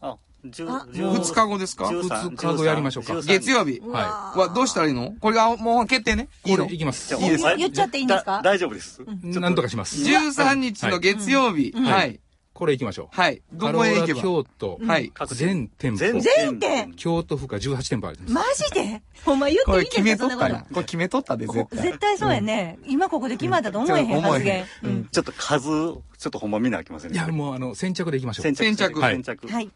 [SPEAKER 5] あ、十
[SPEAKER 3] あ
[SPEAKER 2] 二日後ですか
[SPEAKER 6] 二日後やりましょうか
[SPEAKER 2] 月曜日。
[SPEAKER 6] は
[SPEAKER 2] は、どうしたらいいのこれが、もう決定ね。
[SPEAKER 6] い。
[SPEAKER 2] いい
[SPEAKER 6] これ
[SPEAKER 2] の
[SPEAKER 6] いきます。
[SPEAKER 2] いいです
[SPEAKER 3] か言っちゃっていいんですか
[SPEAKER 5] 大丈夫です。
[SPEAKER 6] なんとかします。
[SPEAKER 2] ?13 日の月曜日。はい。
[SPEAKER 6] これ行きましょう。
[SPEAKER 2] はい。ど
[SPEAKER 6] カロ
[SPEAKER 2] こへ
[SPEAKER 6] ー
[SPEAKER 2] 行
[SPEAKER 6] ラ
[SPEAKER 2] けば
[SPEAKER 6] 京都、
[SPEAKER 2] はい。
[SPEAKER 5] 各地
[SPEAKER 6] 全店舗
[SPEAKER 5] 全。
[SPEAKER 3] 全
[SPEAKER 5] 全
[SPEAKER 3] 店
[SPEAKER 5] 店
[SPEAKER 6] 京都府が18店舗あります。
[SPEAKER 3] マジで ほんま言
[SPEAKER 2] こ
[SPEAKER 3] っ
[SPEAKER 2] れ
[SPEAKER 3] てい
[SPEAKER 2] 決
[SPEAKER 3] いんで
[SPEAKER 2] め
[SPEAKER 3] すか
[SPEAKER 2] と
[SPEAKER 3] そ
[SPEAKER 2] っ
[SPEAKER 3] んな
[SPEAKER 2] た
[SPEAKER 3] こと
[SPEAKER 2] な。。これ決めとったで、絶対。
[SPEAKER 3] 絶対そうやね。今ここで決まったと思えへん発言。う
[SPEAKER 2] う
[SPEAKER 3] ん
[SPEAKER 2] ん。
[SPEAKER 5] ちょっと数、ちょっとほんま見なあきません
[SPEAKER 6] いや、もうあの、先着で行きましょう。
[SPEAKER 5] 先
[SPEAKER 2] 先
[SPEAKER 5] 着。
[SPEAKER 2] 着
[SPEAKER 5] 先着。
[SPEAKER 3] はい。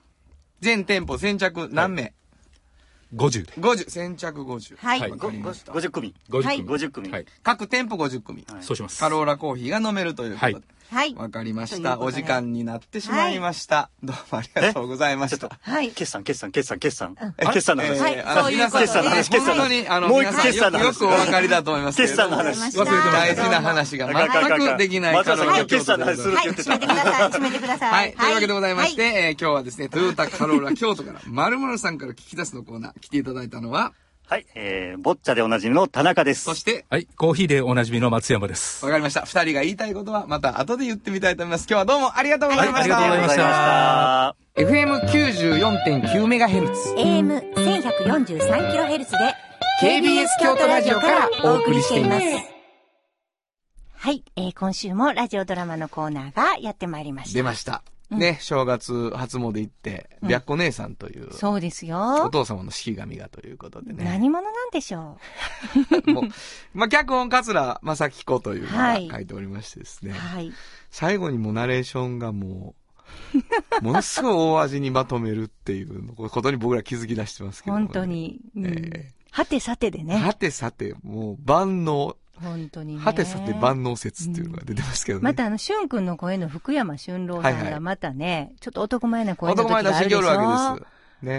[SPEAKER 2] 全店舗先着何名
[SPEAKER 6] 50で。
[SPEAKER 2] 50先着50
[SPEAKER 7] はい
[SPEAKER 6] はい
[SPEAKER 2] わか
[SPEAKER 5] ご
[SPEAKER 2] り
[SPEAKER 5] ご
[SPEAKER 2] ました
[SPEAKER 5] 50組。
[SPEAKER 6] 50組。
[SPEAKER 7] はい
[SPEAKER 5] 50組。
[SPEAKER 6] はい。
[SPEAKER 2] 各店舗50組
[SPEAKER 5] はい
[SPEAKER 6] そうします。
[SPEAKER 2] カローラコーヒーが飲めるということで
[SPEAKER 6] はい
[SPEAKER 7] はい。
[SPEAKER 2] わかりまし
[SPEAKER 7] という
[SPEAKER 2] た。
[SPEAKER 7] こと
[SPEAKER 2] お
[SPEAKER 7] で
[SPEAKER 2] 時間になってしまいました。どうもありがとうございまし
[SPEAKER 5] ちょ
[SPEAKER 2] た
[SPEAKER 5] っと。
[SPEAKER 7] はい。
[SPEAKER 5] 決算、決算、決算、決算。
[SPEAKER 2] あれ
[SPEAKER 5] 決算の話。
[SPEAKER 7] はい
[SPEAKER 2] えーあの
[SPEAKER 7] そういう
[SPEAKER 2] 皆
[SPEAKER 7] こと
[SPEAKER 2] さん
[SPEAKER 7] で
[SPEAKER 2] ね
[SPEAKER 5] 決算
[SPEAKER 2] 本当
[SPEAKER 5] の話
[SPEAKER 2] に、あの、
[SPEAKER 5] もう一
[SPEAKER 2] 皆さん
[SPEAKER 5] 決算の
[SPEAKER 2] よくよ
[SPEAKER 5] 話
[SPEAKER 2] くお分かりだと思いますけれど
[SPEAKER 5] 決
[SPEAKER 2] も。
[SPEAKER 5] 算の話。
[SPEAKER 2] 忘れてました。
[SPEAKER 7] ど
[SPEAKER 2] 大
[SPEAKER 7] う
[SPEAKER 2] 事
[SPEAKER 7] も
[SPEAKER 2] な話が
[SPEAKER 5] あかんあかんあかん
[SPEAKER 2] 全くできない
[SPEAKER 5] 松田さ
[SPEAKER 2] カ
[SPEAKER 5] ん
[SPEAKER 2] ローラ
[SPEAKER 5] 今日決算の話するって
[SPEAKER 7] はい。
[SPEAKER 5] 言って
[SPEAKER 7] 閉
[SPEAKER 5] た
[SPEAKER 7] めてください。閉めてください。
[SPEAKER 2] はい。というわけでございまし
[SPEAKER 7] は
[SPEAKER 2] て、えー今日はですね、トヨタカローラ京都から、丸々さんから聞き出すのコーナー、来ていただいたのは、
[SPEAKER 5] はい、えー、ボッチャでおなじみの田中です。
[SPEAKER 2] そして、
[SPEAKER 6] はい。コーヒーでおなじみの松山です。
[SPEAKER 2] わかりました。二人が言いたいことは、また後で言ってみたいと思います。今日はどうもありがとうございま
[SPEAKER 5] あ
[SPEAKER 2] し
[SPEAKER 5] り
[SPEAKER 2] た。
[SPEAKER 5] がとうございまし
[SPEAKER 6] ありがとうご
[SPEAKER 5] た。
[SPEAKER 2] FM94.9 メガヘルツ。
[SPEAKER 3] AM 1143キロヘルツで
[SPEAKER 2] KBS 京都ラジオからお送りしています。
[SPEAKER 3] はい、えー今週もラジオドラマのコーナーがやってまいりまし
[SPEAKER 2] 出
[SPEAKER 3] た。
[SPEAKER 2] ました。ね、正月初詣行って、白子姉さんという、
[SPEAKER 3] そうです
[SPEAKER 2] お
[SPEAKER 3] よ。
[SPEAKER 2] 父様の式神がということでね。
[SPEAKER 3] 何者なんでしょ
[SPEAKER 2] もう、まあ、脚本桂正彦というの
[SPEAKER 3] は
[SPEAKER 2] が
[SPEAKER 3] い
[SPEAKER 2] 書いておりましてです
[SPEAKER 3] う。
[SPEAKER 2] ね。
[SPEAKER 3] はい。
[SPEAKER 2] 最後にもうナレーションがも う、ものすごい大味にまとめるっていうことに僕ら気づき出してますけど、
[SPEAKER 3] 本当。に。うん
[SPEAKER 2] え
[SPEAKER 3] はてさてでね。
[SPEAKER 2] はてさて、もう万能、
[SPEAKER 3] 本当にね。
[SPEAKER 2] はてさて万能説っていうのが出てますけどね。
[SPEAKER 3] またあの、俊君の声の福山俊郎さん
[SPEAKER 2] はいは
[SPEAKER 3] が
[SPEAKER 2] い
[SPEAKER 3] またね、ちょっと男前な声の
[SPEAKER 2] 男
[SPEAKER 3] 時があ
[SPEAKER 2] 前出し
[SPEAKER 3] るでし
[SPEAKER 2] てき
[SPEAKER 3] ょ
[SPEAKER 2] おるわけで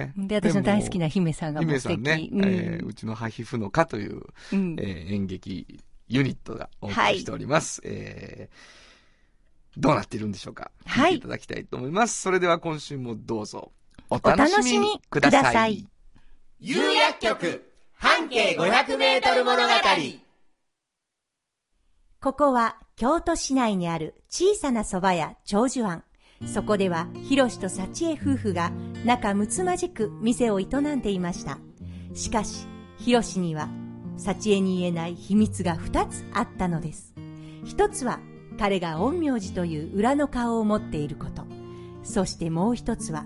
[SPEAKER 2] す。ね。
[SPEAKER 3] で、私の大好きな
[SPEAKER 2] で
[SPEAKER 3] 姫さん
[SPEAKER 2] も
[SPEAKER 3] がも
[SPEAKER 2] 姫
[SPEAKER 3] う
[SPEAKER 2] さ
[SPEAKER 3] 素
[SPEAKER 2] ん
[SPEAKER 3] 敵。
[SPEAKER 2] ね、
[SPEAKER 3] うん
[SPEAKER 2] えーうちのハヒフのカという、
[SPEAKER 3] うん
[SPEAKER 2] えー演劇ユニットがお送りしております。えーどうなっているんでしょうか。
[SPEAKER 3] はい
[SPEAKER 2] 見ていただきたいと思います。それでは今週もどうぞ
[SPEAKER 3] お
[SPEAKER 2] お楽
[SPEAKER 3] 楽
[SPEAKER 2] し
[SPEAKER 3] しみ
[SPEAKER 2] み
[SPEAKER 3] く
[SPEAKER 2] く
[SPEAKER 3] だ
[SPEAKER 2] だ
[SPEAKER 3] さい。
[SPEAKER 2] さい。
[SPEAKER 8] 有薬局半径500メートル物語
[SPEAKER 3] ここは京都市内にある小さな蕎麦屋長寿庵。そこでは、ひろしと幸恵夫婦が仲睦まじく店を営んでいました。しかし、ひろしには、幸恵に言えない秘密が二つあったのです。一つは、彼が陰陽師という裏の顔を持っていること。そしてもう一つは、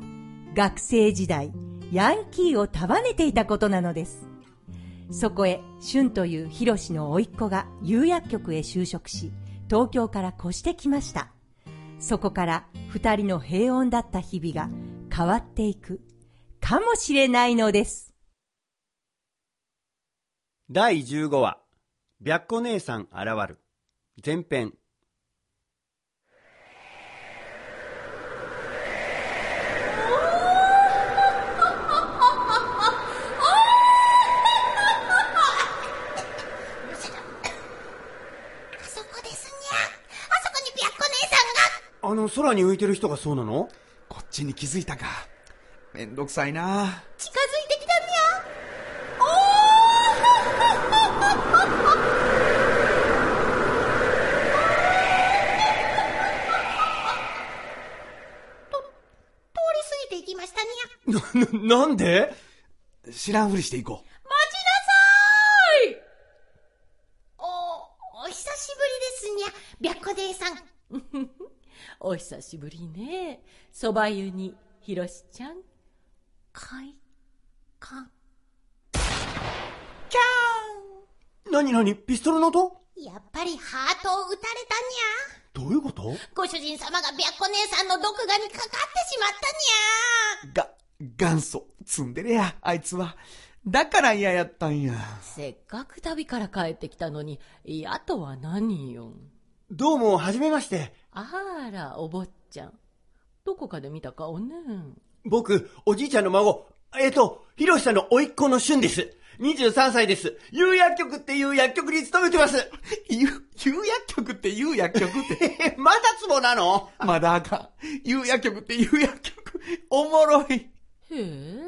[SPEAKER 3] 学生時代、ヤンキーを束ねていたことなのです。そこへ、俊というヒロシの甥っ子が釉薬局へ就職し、東京から越してきました。そこから二人の平穏だった日々が変わっていく、かもしれないのです。
[SPEAKER 8] 第15話「白子姉さん現る」前編
[SPEAKER 9] あそこですにゃ。あそこにぴゃっこ姉さんが。
[SPEAKER 8] あの空に浮いてる人がそうなの
[SPEAKER 2] こっちに気づいたか。めんどくさいな
[SPEAKER 9] 近づいてきたにゃ。おお。と通り過ぎていきましたにゃ。
[SPEAKER 8] ななんで
[SPEAKER 2] 知らんふりしていこう。
[SPEAKER 9] 待ちなさいお、お久しぶりですにゃ。白子姉さん。
[SPEAKER 10] お久しぶりね。そば湯に、ひろしちゃん。
[SPEAKER 9] 快感。
[SPEAKER 8] 何何ピストルの音
[SPEAKER 9] やっぱりハートを打たれたにゃ。
[SPEAKER 8] どういうこと
[SPEAKER 9] ご主人様が白子姉さんの毒牙にかかってしまったにゃ
[SPEAKER 2] が、元祖、積んでるや、あいつは。だから嫌やったんや。
[SPEAKER 10] せっかく旅から帰ってきたのに、嫌とは何よ。
[SPEAKER 8] どうもはじめまして
[SPEAKER 10] あら、お坊ちゃん。どこかで見た顔ね。
[SPEAKER 8] 僕おじいちゃんの孫えっ、とひろしさんの甥っ子の俊です23歳です有薬局っていう薬局に勤めてます
[SPEAKER 2] ゆ、ゆう薬局ってゆう薬局って。
[SPEAKER 8] まだツボなの
[SPEAKER 2] まだあかん。有薬局って有薬局。 おもろい。
[SPEAKER 10] へえ、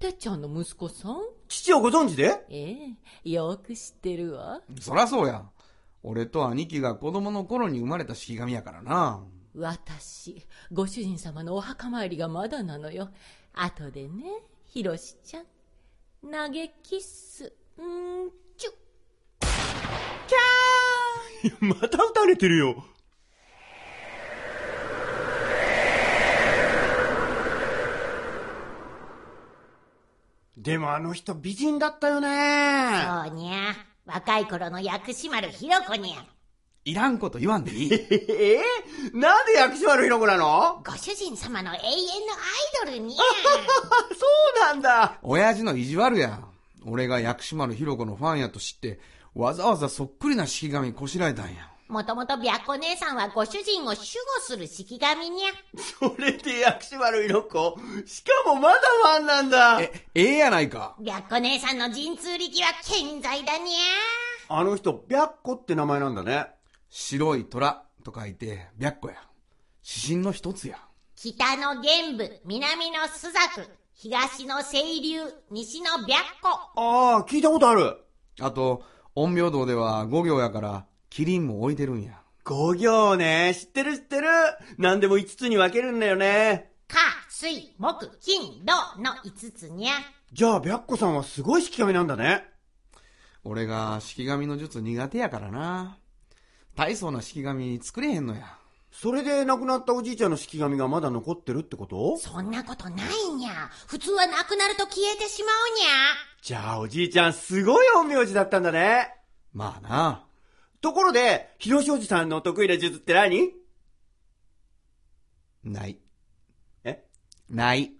[SPEAKER 10] てっちゃんの息子さん
[SPEAKER 8] 父をご存知で
[SPEAKER 10] ええ、よく知ってるわ。
[SPEAKER 2] そらそうやん。俺と兄貴が子供の頃に生まれた式神やからな。
[SPEAKER 10] 私、ご主人様のお墓参りがまだなのよ。後でね、ひろしちゃん。投げキッス。うーん、ちゅ。
[SPEAKER 8] また撃たれてるよ。でもあの人美人だったよね。
[SPEAKER 9] そうにゃ。若い頃の薬師丸ひろ子にゃ。
[SPEAKER 6] いらんこと言わんでいい。
[SPEAKER 8] えー、なんで薬師丸ひろ子なの
[SPEAKER 9] ご主人様の永遠のアイドルにゃ。
[SPEAKER 8] そうなんだ。
[SPEAKER 6] 親父の意地悪や。俺が薬師丸ひろ子のファンやと知って、わざわざそっくりな式紙こしらえたんや。
[SPEAKER 9] もともと白子姉さんはご主人を守護する式神にゃ。
[SPEAKER 8] それで薬師丸ひろ子しかもまだファンなんだ。
[SPEAKER 6] え、ええやないか。
[SPEAKER 9] 白子姉さんの神通力は健在だに
[SPEAKER 8] ゃ。あの人、白子って名前なんだね。
[SPEAKER 6] 白い虎と書いて、白子や。指針の一つや。
[SPEAKER 9] 北の玄武、南の朱雀、東の清流、西の白子。
[SPEAKER 8] ああ、聞いたことある。
[SPEAKER 6] あと、陰陽道では五行やから、キリンも置いてるんや。
[SPEAKER 8] 五行ね、知ってる知ってる。何でも五つに分けるんだよね。
[SPEAKER 9] 火、水、木、金、土の五つにゃ。
[SPEAKER 8] じゃあ、白子さんはすごい式神なんだね。
[SPEAKER 6] 俺が式神の術苦手やからな。大層な式紙作れへんのや。
[SPEAKER 8] それで亡くなったおじいちゃんの式紙がまだ残ってるってこと
[SPEAKER 9] そんなことないにゃ。普通は亡くなると消えてしまうにゃ。
[SPEAKER 8] じゃあおじいちゃんすごい陰陽師だったんだね。
[SPEAKER 6] まあな。
[SPEAKER 8] ところで、広志おじさんの得意な術って何
[SPEAKER 6] ない。
[SPEAKER 8] え
[SPEAKER 6] ない。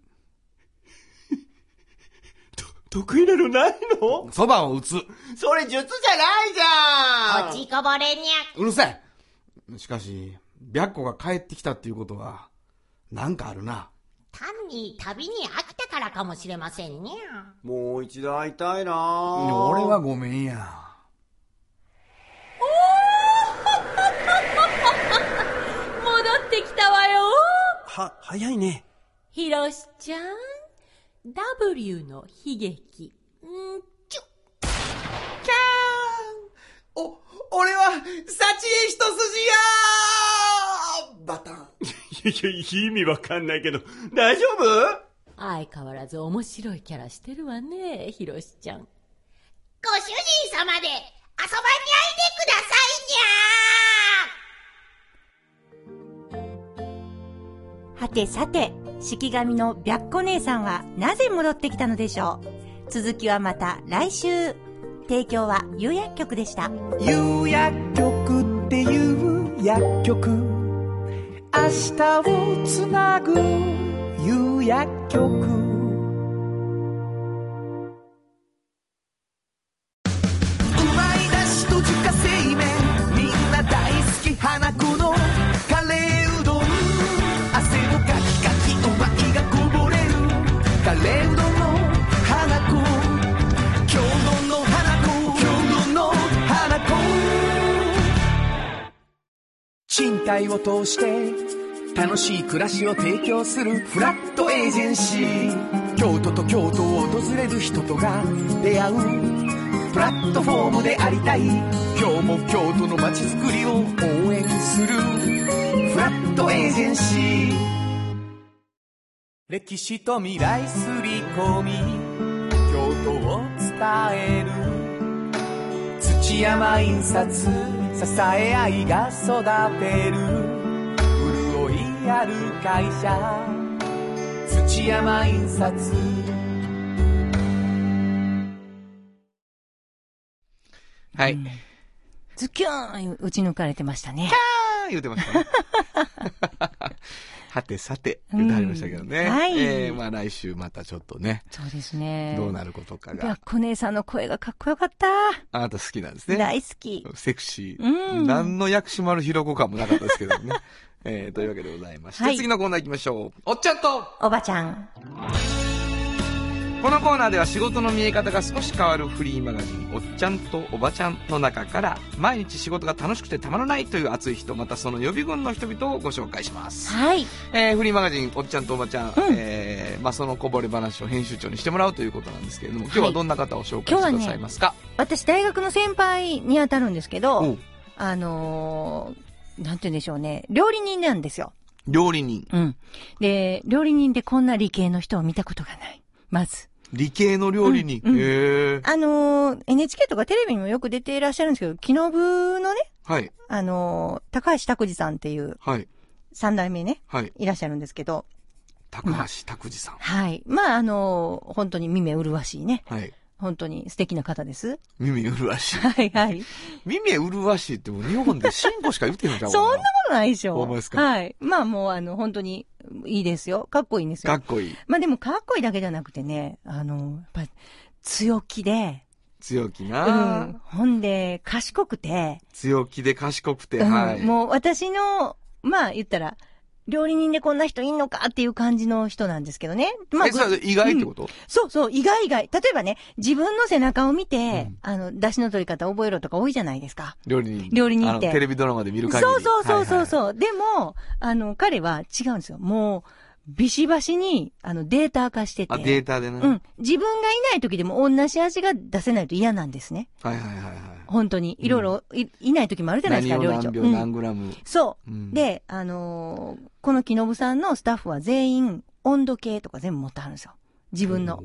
[SPEAKER 8] 得意なのないの
[SPEAKER 6] そばを打つ。
[SPEAKER 8] それ術じゃないじゃ
[SPEAKER 9] ん落ちこぼれに
[SPEAKER 6] ゃ。うるさいしかし、白子が帰ってきたっていうことは、なんかあるな。
[SPEAKER 9] 単に旅に飽きたからかもしれませんにゃ。
[SPEAKER 8] もう一度会いたいな
[SPEAKER 6] 俺はごめんや。
[SPEAKER 10] おお 戻ってきたわよ
[SPEAKER 8] は、早いね。
[SPEAKER 10] ひろしちゃん。W の悲劇。んちょ。キャ
[SPEAKER 6] ーンお、俺は、幸へ一筋やーバタン。
[SPEAKER 8] いやいや、意味わかんないけど、大丈夫
[SPEAKER 10] 相変わらず面白いキャラしてるわね、ひろしちゃん。ご
[SPEAKER 9] 主人様で、遊ばにゃいでくださ
[SPEAKER 7] いにゃーはてさて、式神の白子姉さんはなぜ戻ってきたのでしょう続きはまた来週提供は有薬局でした
[SPEAKER 4] 有薬局っていう薬局明日をつなぐ有薬局うまいだしと自家製麺みんな大好き花子のカレーうどん汗をかきカレーうどんの花子京都の花子京都の花子賃貸を通して楽しい暮らしを提供するフラットエージェンシー京都と京都を訪れる人とが出会うプラットフォームでありたい今日も京都の街づくりを応援するフラットエージェンシー歴史と未来すり込み京都を伝える土山印刷支え合いが育てる潤いある会社土山印刷
[SPEAKER 2] はい、うん、
[SPEAKER 3] ズキューン打ち抜かれてましたね
[SPEAKER 2] キャー言うてましたねはてさて、言ってありましたけどね。うん、はい。えー、まあ来週またちょっとね。
[SPEAKER 3] そうですね。
[SPEAKER 2] どうなることかが。
[SPEAKER 3] やっこ姉さんの声がかっこよかった。
[SPEAKER 2] あなた好きなんですね。
[SPEAKER 3] 大好き。
[SPEAKER 2] セクシー。うん。何の薬師丸ひろ子感もなかったですけど ね。えー、というわけでございまして、はい、次のコーナー行きましょう。おっちゃんと
[SPEAKER 3] おばちゃん。
[SPEAKER 2] このコーナーでは仕事の見え方が少し変わるフリーマガジン「おっちゃんとおばちゃん」の中から毎日仕事が楽しくてたまらないという熱い人またその予備軍の人々をご紹介します、
[SPEAKER 3] はい
[SPEAKER 2] えー、フリーマガジン「おっちゃんとおばちゃん」うん、えー、まあ、そのこぼれ話を編集長にしてもらうということなんですけれども今日はどんな方を紹介してくださいますか、はい
[SPEAKER 3] ね、私大学の先輩に当たるんですけどあのー、なんて言うんでしょうね料理人なんですよ
[SPEAKER 2] 料理人
[SPEAKER 3] うんで料理人でこんな理系の人を見たことがないまず。
[SPEAKER 2] 理系の料理人。うん、へ
[SPEAKER 3] あのー、NHK とかテレビにもよく出ていらっしゃるんですけど、機能部のね、
[SPEAKER 2] はい。
[SPEAKER 3] あのー、高橋拓司さんっていう、
[SPEAKER 2] はい。
[SPEAKER 3] 三代目ね、
[SPEAKER 2] はい。
[SPEAKER 3] いらっしゃるんですけど。
[SPEAKER 2] 高橋拓司さん、
[SPEAKER 3] はい。まあ、あのー、本当に耳麗しいね。
[SPEAKER 2] はい。
[SPEAKER 3] 本当に素敵な方です。
[SPEAKER 2] 耳麗 しい。
[SPEAKER 3] はいはい。
[SPEAKER 2] 耳麗しいってもう日本で信号しか言ってへんじゃん。
[SPEAKER 3] そんなことないでしょ。
[SPEAKER 2] ほんまですか
[SPEAKER 3] はい。まあもうあの、本当にいいですよ。かっこいいんですよ。
[SPEAKER 2] かっこいい。
[SPEAKER 3] まあでもかっこいいだけじゃなくてね、あの、やっぱり強気で、
[SPEAKER 2] 強気
[SPEAKER 3] う
[SPEAKER 2] な、
[SPEAKER 3] ん。ほんで、賢くて、
[SPEAKER 2] 強気で賢くて、
[SPEAKER 3] うん
[SPEAKER 2] はい。
[SPEAKER 3] もう私の、まあ言ったら、料理人でこんな人いんのかっていう感じの人なんですけどね。まあ、
[SPEAKER 2] え、それ意外ってこと、
[SPEAKER 3] そうそう、意外意外。例えばね、自分の背中を見て、あの、出汁の取り方覚えろとか多いじゃないですか。
[SPEAKER 2] 料理人。
[SPEAKER 3] 料理人
[SPEAKER 2] あの
[SPEAKER 3] って
[SPEAKER 2] テレビドラマで見る限り。
[SPEAKER 3] そうそうそうそう
[SPEAKER 2] う。
[SPEAKER 3] そう、でも、あの、彼は違うんですよ。もう、ビシバシに、あの、データ化してて。
[SPEAKER 2] あ、データでな。
[SPEAKER 3] うん。自分がいない時でも同じ味が出せないと嫌なんですね。
[SPEAKER 2] はいはいはいは
[SPEAKER 3] 本当に。いろいろ、いいない時もある
[SPEAKER 2] い。
[SPEAKER 3] じゃないです
[SPEAKER 2] 何
[SPEAKER 3] か、
[SPEAKER 2] を
[SPEAKER 3] 料理長。
[SPEAKER 2] 何秒
[SPEAKER 3] うん
[SPEAKER 2] 何グラム。
[SPEAKER 3] そう。
[SPEAKER 2] うん
[SPEAKER 3] で、あのーこの木信さんのスタッフは全員温度計とか全部持ってはるんですよ。自分の。